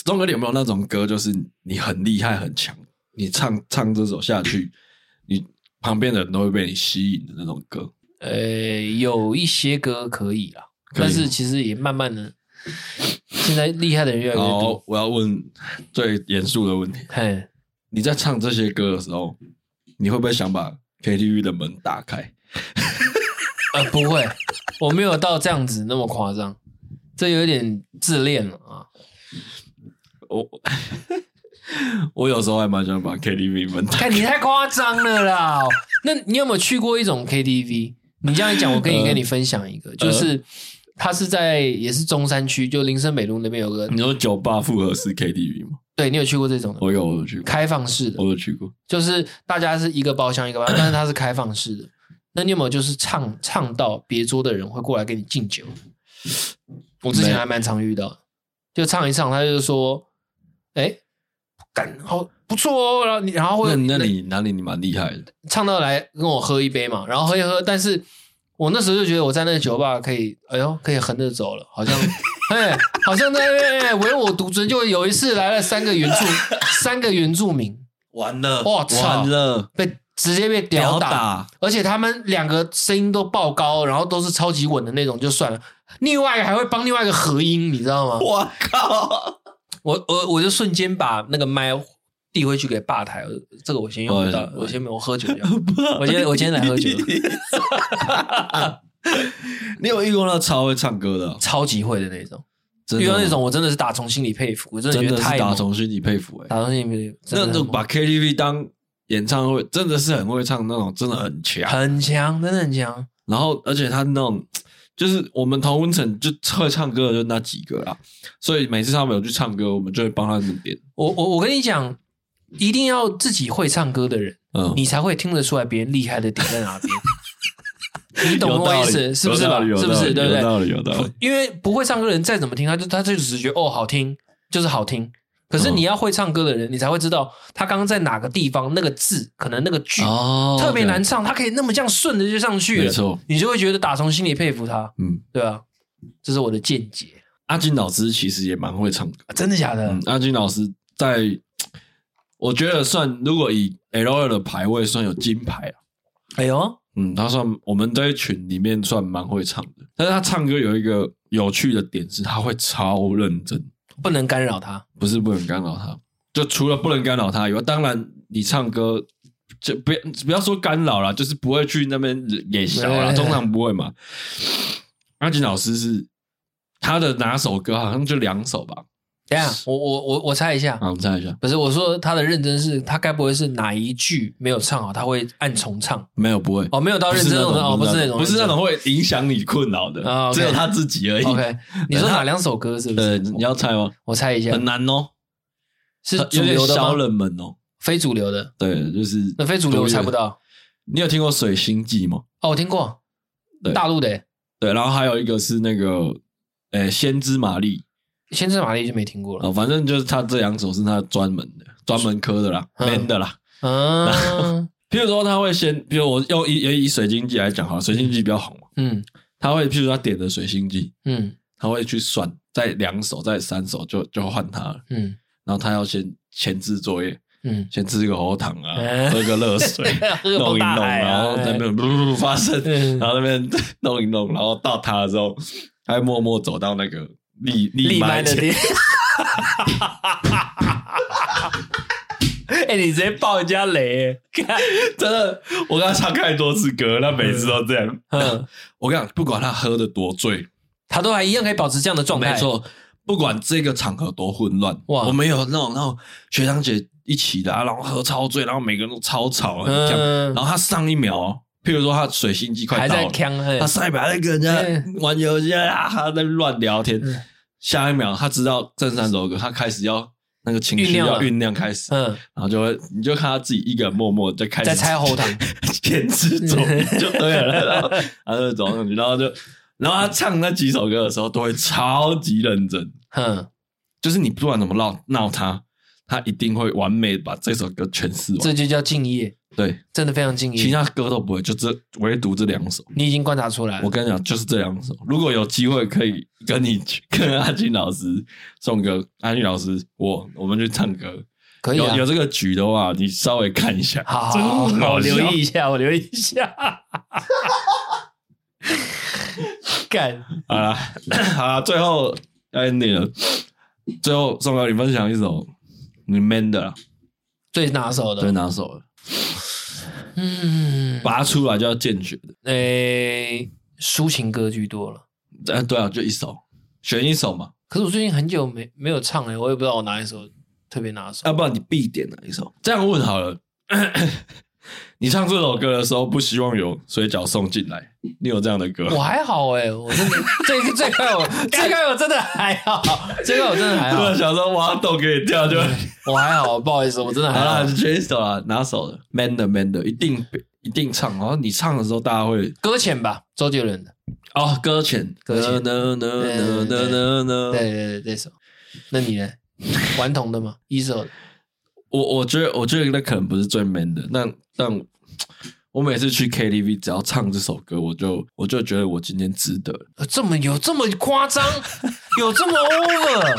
[SPEAKER 1] 钟哥，你有没有那种歌，就是你很厉害很强，你唱唱这首下去，你旁边的人都会被你吸引的那种歌？
[SPEAKER 2] 呃，有一些歌可以啦，
[SPEAKER 1] 可以
[SPEAKER 2] 但是其实也慢慢的，现在厉害的人越来越多。
[SPEAKER 1] 好，我要问最严肃的问题：
[SPEAKER 2] 嘿，
[SPEAKER 1] 你在唱这些歌的时候，你会不会想把 KTV 的门打开？
[SPEAKER 2] 呃，不会，我没有到这样子那么夸张，这有点自恋了啊。
[SPEAKER 1] 我 我有时候还蛮想把 KTV 门打开。
[SPEAKER 2] 看你太夸张了啦！那你有没有去过一种 KTV？你这样一讲，我可以
[SPEAKER 1] 呃
[SPEAKER 2] 跟你分享一个，就是它是在也是中山区，就林森北路那边有个。
[SPEAKER 1] 你说酒吧复合式 KTV 吗？
[SPEAKER 2] 对你有去过这种的
[SPEAKER 1] 我有，我有去过，
[SPEAKER 2] 开放式的
[SPEAKER 1] 我，有去过。
[SPEAKER 2] 就是大家是一个包厢一个包厢，但是它是开放式的。那你有没有就是唱唱到别桌的人会过来给你敬酒？我之前还蛮常遇到的，就唱一唱，他就说：“哎、干好不错哦。”然后你然后会
[SPEAKER 1] 那那你哪里你蛮厉害的？
[SPEAKER 2] 唱到来跟我喝一杯嘛，然后喝一喝，但是我那时候就觉得我在那个酒吧可以，哎呦，可以横着走了， 好像，哎，好像在那边哎唯我独尊。就有一次来了三个原住，三个原住民
[SPEAKER 1] 完了
[SPEAKER 2] 我操
[SPEAKER 1] 完了，
[SPEAKER 2] 被直接被屌
[SPEAKER 1] 屌
[SPEAKER 2] 打，
[SPEAKER 1] 打！
[SPEAKER 2] 而且他们两个声音都爆高，然后都是超级稳的那种，就算了。另外一个还会帮另外一个合音，你知道吗？
[SPEAKER 1] 我靠！
[SPEAKER 2] 我我我就瞬间把那个麦递回去给吧台，我这个我先用不到，我先没有我喝酒 就好。我今天我今天来喝酒了。
[SPEAKER 1] 你有遇过那超会唱歌的啊？
[SPEAKER 2] 超级会的那种，
[SPEAKER 1] 真的
[SPEAKER 2] 遇
[SPEAKER 1] 吗
[SPEAKER 2] 到那种我真的是打从心里佩服，我真的
[SPEAKER 1] 真
[SPEAKER 2] 觉
[SPEAKER 1] 的
[SPEAKER 2] 得
[SPEAKER 1] 是
[SPEAKER 2] 太
[SPEAKER 1] 打
[SPEAKER 2] 猛
[SPEAKER 1] 从心底佩服哎、
[SPEAKER 2] 打从心里佩服，真
[SPEAKER 1] 那
[SPEAKER 2] 的很
[SPEAKER 1] 种
[SPEAKER 2] 猛
[SPEAKER 1] 把 KTV 当演唱会，真的是很会唱那种，真的很强。
[SPEAKER 2] 很强，真的很强，
[SPEAKER 1] 然后，而且他那种就是我们同温层就会唱歌的就那几个啦，所以每次他们有去唱歌，我们就会帮他们点。
[SPEAKER 2] 我我我跟你讲，一定要自己会唱歌的人，
[SPEAKER 1] 嗯，
[SPEAKER 2] 你才会听得出来别人厉害的点在哪 边，你懂
[SPEAKER 1] 有道
[SPEAKER 2] 我意
[SPEAKER 1] 理
[SPEAKER 2] 思是不是
[SPEAKER 1] 有道
[SPEAKER 2] 吧？
[SPEAKER 1] 理有
[SPEAKER 2] 是不
[SPEAKER 1] 道理
[SPEAKER 2] 是对不
[SPEAKER 1] 有
[SPEAKER 2] 对？
[SPEAKER 1] 道理，有嗯道理。
[SPEAKER 2] 因为不会唱歌的人再怎么听，他就他就只是觉得哦好听，就是好听。可是
[SPEAKER 1] 嗯
[SPEAKER 2] 你要会唱歌的人，你才会知道他刚刚在哪个地方，那个字可能那个句
[SPEAKER 1] 哦
[SPEAKER 2] 特别难，唱，他可以那么这样顺着就上去了，
[SPEAKER 1] 没错
[SPEAKER 2] 你就会觉得打从心里佩服他，
[SPEAKER 1] 嗯，
[SPEAKER 2] 对啊，这是我的见解，
[SPEAKER 1] 阿金老师其实也蛮会唱歌。
[SPEAKER 2] 啊真的假的？
[SPEAKER 1] 嗯，阿金老师在，我觉得算如果以 L 二的排位算有金牌啊。
[SPEAKER 2] 哎呦，
[SPEAKER 1] 嗯，他算我们这一群里面算蛮会唱的，但是他唱歌有一个有趣的点是，他会超认真。
[SPEAKER 2] 不能干扰他，
[SPEAKER 1] 不是不能干扰他，就除了不能干扰他以外，当然你唱歌就不要不要说干扰啦，就是不会去那边也小啦，
[SPEAKER 2] 对
[SPEAKER 1] 通常不会嘛。阿锦老师是他的哪首歌好像就两首吧，
[SPEAKER 2] 等一下我我我我猜一下，
[SPEAKER 1] 啊，我猜一下，
[SPEAKER 2] 不是我说他的认真是，他该不会是哪一句没有唱好，他会按重唱
[SPEAKER 1] 没有不会，
[SPEAKER 2] 哦，没有到
[SPEAKER 1] 不
[SPEAKER 2] 认
[SPEAKER 1] 是
[SPEAKER 2] 真
[SPEAKER 1] 那
[SPEAKER 2] 的哦，
[SPEAKER 1] 种
[SPEAKER 2] 不是那种，
[SPEAKER 1] 不是那种会影响你困扰
[SPEAKER 2] 啊
[SPEAKER 1] 的，
[SPEAKER 2] ，OK
[SPEAKER 1] 只有他自己而已。
[SPEAKER 2] OK，你说哪两首歌是不
[SPEAKER 1] 呃，
[SPEAKER 2] 是？
[SPEAKER 1] 你要猜吗？
[SPEAKER 2] 我猜一下，
[SPEAKER 1] 很难哦，
[SPEAKER 2] 是主
[SPEAKER 1] 有点
[SPEAKER 2] 流的
[SPEAKER 1] 小
[SPEAKER 2] 吗？
[SPEAKER 1] 冷门哦。
[SPEAKER 2] 非主流的，
[SPEAKER 1] 对，就是
[SPEAKER 2] 那非主流我猜不。到
[SPEAKER 1] 你有听过《水星记》吗？
[SPEAKER 2] 哦，我听过
[SPEAKER 1] 对，
[SPEAKER 2] 大陆的欸
[SPEAKER 1] 对，然后还有一个是那个，呃，先知玛丽，
[SPEAKER 2] 《先知玛丽》就没听过 了，
[SPEAKER 1] 哦，反正就是他这两首是他专门的、专门科的啦、
[SPEAKER 2] 嗯
[SPEAKER 1] m a n 的啦。
[SPEAKER 2] 嗯
[SPEAKER 1] 譬如说，他会先，譬如我用以以以水晶记来讲哈，水晶记比较红嘛，
[SPEAKER 2] 嗯
[SPEAKER 1] 他会譬如说他点的水晶记，
[SPEAKER 2] 嗯
[SPEAKER 1] 他会去算，在两首、在三首就就换他了，
[SPEAKER 2] 嗯
[SPEAKER 1] 然后他要先前置作业，
[SPEAKER 2] 嗯，
[SPEAKER 1] 先吃个喉糖啊，
[SPEAKER 2] 嗯
[SPEAKER 1] 喝个热 水，
[SPEAKER 2] 喝个
[SPEAKER 1] 弄
[SPEAKER 2] 崩
[SPEAKER 1] 一
[SPEAKER 2] 大
[SPEAKER 1] 弄，
[SPEAKER 2] 海
[SPEAKER 1] 然
[SPEAKER 2] 啊
[SPEAKER 1] 后在那边噜发生，
[SPEAKER 2] 嗯
[SPEAKER 1] 然后那边 弄一弄，然后到他的时候，他会默默走到那个立立
[SPEAKER 2] 立
[SPEAKER 1] 麦
[SPEAKER 2] 麦的
[SPEAKER 1] 前
[SPEAKER 2] 地。哎、你直接爆人家雷、欸，看，
[SPEAKER 1] 真的，我跟他唱太多次歌，他每次都这样。
[SPEAKER 2] 嗯，
[SPEAKER 1] 我跟你讲，不管他喝的多醉，
[SPEAKER 2] 他都还一样可以保持这样的状态，
[SPEAKER 1] 没，错，不管这个场合多混乱，
[SPEAKER 2] 哇
[SPEAKER 1] 我们有那种那种学长姐一起的、啊，然后喝超醉，然后每个人都超吵，很呛。
[SPEAKER 2] 嗯
[SPEAKER 1] 然，后他上一秒哦譬如说他水星机快
[SPEAKER 2] 还
[SPEAKER 1] 到
[SPEAKER 2] 在
[SPEAKER 1] 了，
[SPEAKER 2] 呛哎
[SPEAKER 1] 他上一秒还在跟人家
[SPEAKER 2] 嗯
[SPEAKER 1] 玩游戏啊，他在乱聊天
[SPEAKER 2] 嗯，
[SPEAKER 1] 下一秒他知道正三首歌，他开始要那个情绪
[SPEAKER 2] 酝酿
[SPEAKER 1] 要
[SPEAKER 2] 了
[SPEAKER 1] 酝酿开始，
[SPEAKER 2] 嗯，
[SPEAKER 1] 然后就会你就看他自己一个人默默地在开始
[SPEAKER 2] 在猜 喉糖，嗯
[SPEAKER 1] 舔吃走就对了，然后然后就走上去，然后就然后他唱那几首歌的时候都会超级认真，
[SPEAKER 2] 嗯，
[SPEAKER 1] 就是你不管怎么闹闹他，他一定会完美把这首歌诠释完。
[SPEAKER 2] 这就叫敬业，
[SPEAKER 1] 对，
[SPEAKER 2] 真的非常敬
[SPEAKER 1] 其
[SPEAKER 2] 业。
[SPEAKER 1] 他歌都不会，就这唯独这两首。
[SPEAKER 2] 你已经观察出来
[SPEAKER 1] 我
[SPEAKER 2] 了，
[SPEAKER 1] 跟你讲，就是这两首。如果有机会可以跟你去跟阿俊老师、宋哥、阿俊老师，我我们去唱歌，
[SPEAKER 2] 可以
[SPEAKER 1] 有
[SPEAKER 2] 啊
[SPEAKER 1] 有，这个局的话，你稍微看一下，
[SPEAKER 2] 好
[SPEAKER 1] 真的
[SPEAKER 2] 好，
[SPEAKER 1] 很
[SPEAKER 2] 好我
[SPEAKER 1] 好笑
[SPEAKER 2] 留意一下，我留意 一下。干，
[SPEAKER 1] 好啦，好啦，最后要 ending 了。最后，宋哥，你分享一首你 man 的啦，
[SPEAKER 2] 最拿手
[SPEAKER 1] 最
[SPEAKER 2] 的，
[SPEAKER 1] 拿手的，
[SPEAKER 2] 嗯，
[SPEAKER 1] 拔出来就要见血的。
[SPEAKER 2] 诶，抒情歌居多了。
[SPEAKER 1] 哎，对啊，就一首，选一首嘛，
[SPEAKER 2] 可是我最近很久没没有唱了，我也不知道我哪一首特别拿手
[SPEAKER 1] 要。啊不然你必点哪一首？这样问好了。 你唱这首歌的时候，不希望有水饺送进来，你有这样的歌？
[SPEAKER 2] 我还好哎、我真的 这个这块我这块我真的还 好，这块我真的还
[SPEAKER 1] 突
[SPEAKER 2] 好
[SPEAKER 1] 然，想说，哇，豆给你跳就好
[SPEAKER 2] 我还好，不好意思，我真的还
[SPEAKER 1] 了，
[SPEAKER 2] 好。
[SPEAKER 1] 就选一首啊，拿手的，man 的 man 的，一定一定唱。然后你唱的时候，大家会
[SPEAKER 2] 搁浅吧，周杰伦的，
[SPEAKER 1] 哦，搁浅，
[SPEAKER 2] 搁浅
[SPEAKER 1] 呢呢呢呢呢呢，
[SPEAKER 2] 对对对，这首。那你呢？顽童的吗？一首的
[SPEAKER 1] 我我觉得，我觉得那可能不是最 man 的，但但我每次去 KTV，只要唱这首歌，我就我就觉得我今天值得。
[SPEAKER 2] 呃这么有这么夸 张，有这么 over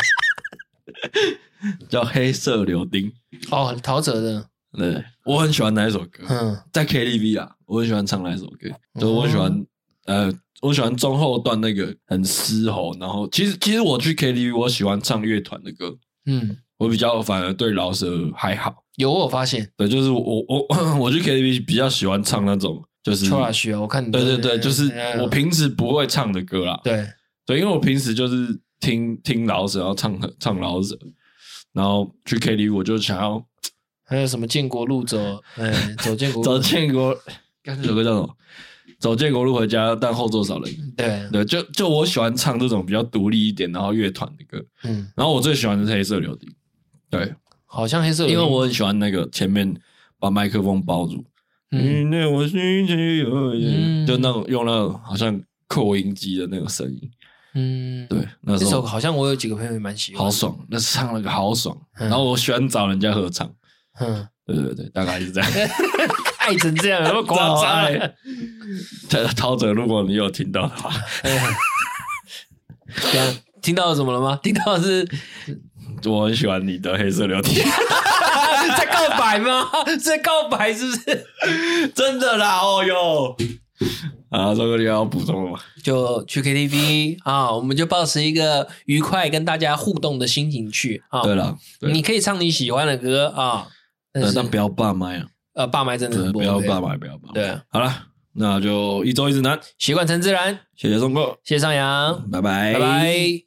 [SPEAKER 1] 叫《黑色柳丁》，
[SPEAKER 2] 哦，陶喆的，
[SPEAKER 1] 对我很喜欢那一首歌，
[SPEAKER 2] 嗯
[SPEAKER 1] 在 KTV 啊，我很喜欢唱那一首歌，就我很喜欢，呃，我喜欢中后段那个很嘶吼，然后其实其实我去 KTV，我喜欢唱乐团的歌，
[SPEAKER 2] 嗯，
[SPEAKER 1] 我比较反而对饶舌还好。
[SPEAKER 2] 有我有发现
[SPEAKER 1] 对，就是我我 我去 KTV 比较喜欢唱那种，就是
[SPEAKER 2] t r a s 啊，我看你
[SPEAKER 1] 嗯对对对，就是
[SPEAKER 2] 嗯
[SPEAKER 1] 我平时不会唱的歌啦。
[SPEAKER 2] 对
[SPEAKER 1] 对，因为我平时就是听听老舍，然后唱唱老舍，然后去 KTV 我就想要
[SPEAKER 2] 还有什么建国路走，嗯，走建国嗯路
[SPEAKER 1] 走建国，看这首歌叫什么？走建国路回家，但后座少人。
[SPEAKER 2] 对，
[SPEAKER 1] 对，就就我喜欢唱这种比较独立一点，然后乐团的歌。
[SPEAKER 2] 嗯，
[SPEAKER 1] 然后我最喜欢的是黑色柳丁，对，
[SPEAKER 2] 好像黑色有，
[SPEAKER 1] 因为我很喜欢那个前面把麦克风包住，
[SPEAKER 2] 嗯
[SPEAKER 1] 嗯，那我心情有点，
[SPEAKER 2] 嗯
[SPEAKER 1] 就那种用那种好像扩音机的那个声音，
[SPEAKER 2] 嗯，
[SPEAKER 1] 对，那
[SPEAKER 2] 这
[SPEAKER 1] 时
[SPEAKER 2] 首
[SPEAKER 1] 候
[SPEAKER 2] 好像我有几个朋友也蛮喜欢
[SPEAKER 1] 好，爽，那唱那个好爽。
[SPEAKER 2] 嗯
[SPEAKER 1] 然后我喜欢找人家合唱，
[SPEAKER 2] 嗯，
[SPEAKER 1] 对对对，大概是这样。
[SPEAKER 2] 爱成这样，那么夸 张
[SPEAKER 1] 这样
[SPEAKER 2] 啊，
[SPEAKER 1] 这陶喆，如果你有听到的话，
[SPEAKER 2] 对啊，听到了什么了吗？ 听到的 是
[SPEAKER 1] 我很喜欢你的黑色聊天，
[SPEAKER 2] 啊在告白吗？ 是在告白是不是？
[SPEAKER 1] 真的啦，哦哟。啊，周哥，你还要补充的吗？
[SPEAKER 2] 就去 KTV 啊，我们就保持一个愉快跟大家互动的心情去啊。
[SPEAKER 1] 对，了，对
[SPEAKER 2] 你可以唱你喜欢的歌啊，但
[SPEAKER 1] 但
[SPEAKER 2] 是
[SPEAKER 1] 但不要霸麦啊，
[SPEAKER 2] 呃，霸麦真的
[SPEAKER 1] 对，
[SPEAKER 2] 很
[SPEAKER 1] 不要
[SPEAKER 2] OK
[SPEAKER 1] 霸，麦，不要霸麦。
[SPEAKER 2] 对，啊
[SPEAKER 1] 好了，那就一周一直男，
[SPEAKER 2] 习惯成自然，
[SPEAKER 1] 谢谢宋哥，
[SPEAKER 2] 谢谢上扬，
[SPEAKER 1] 拜拜，
[SPEAKER 2] 拜拜。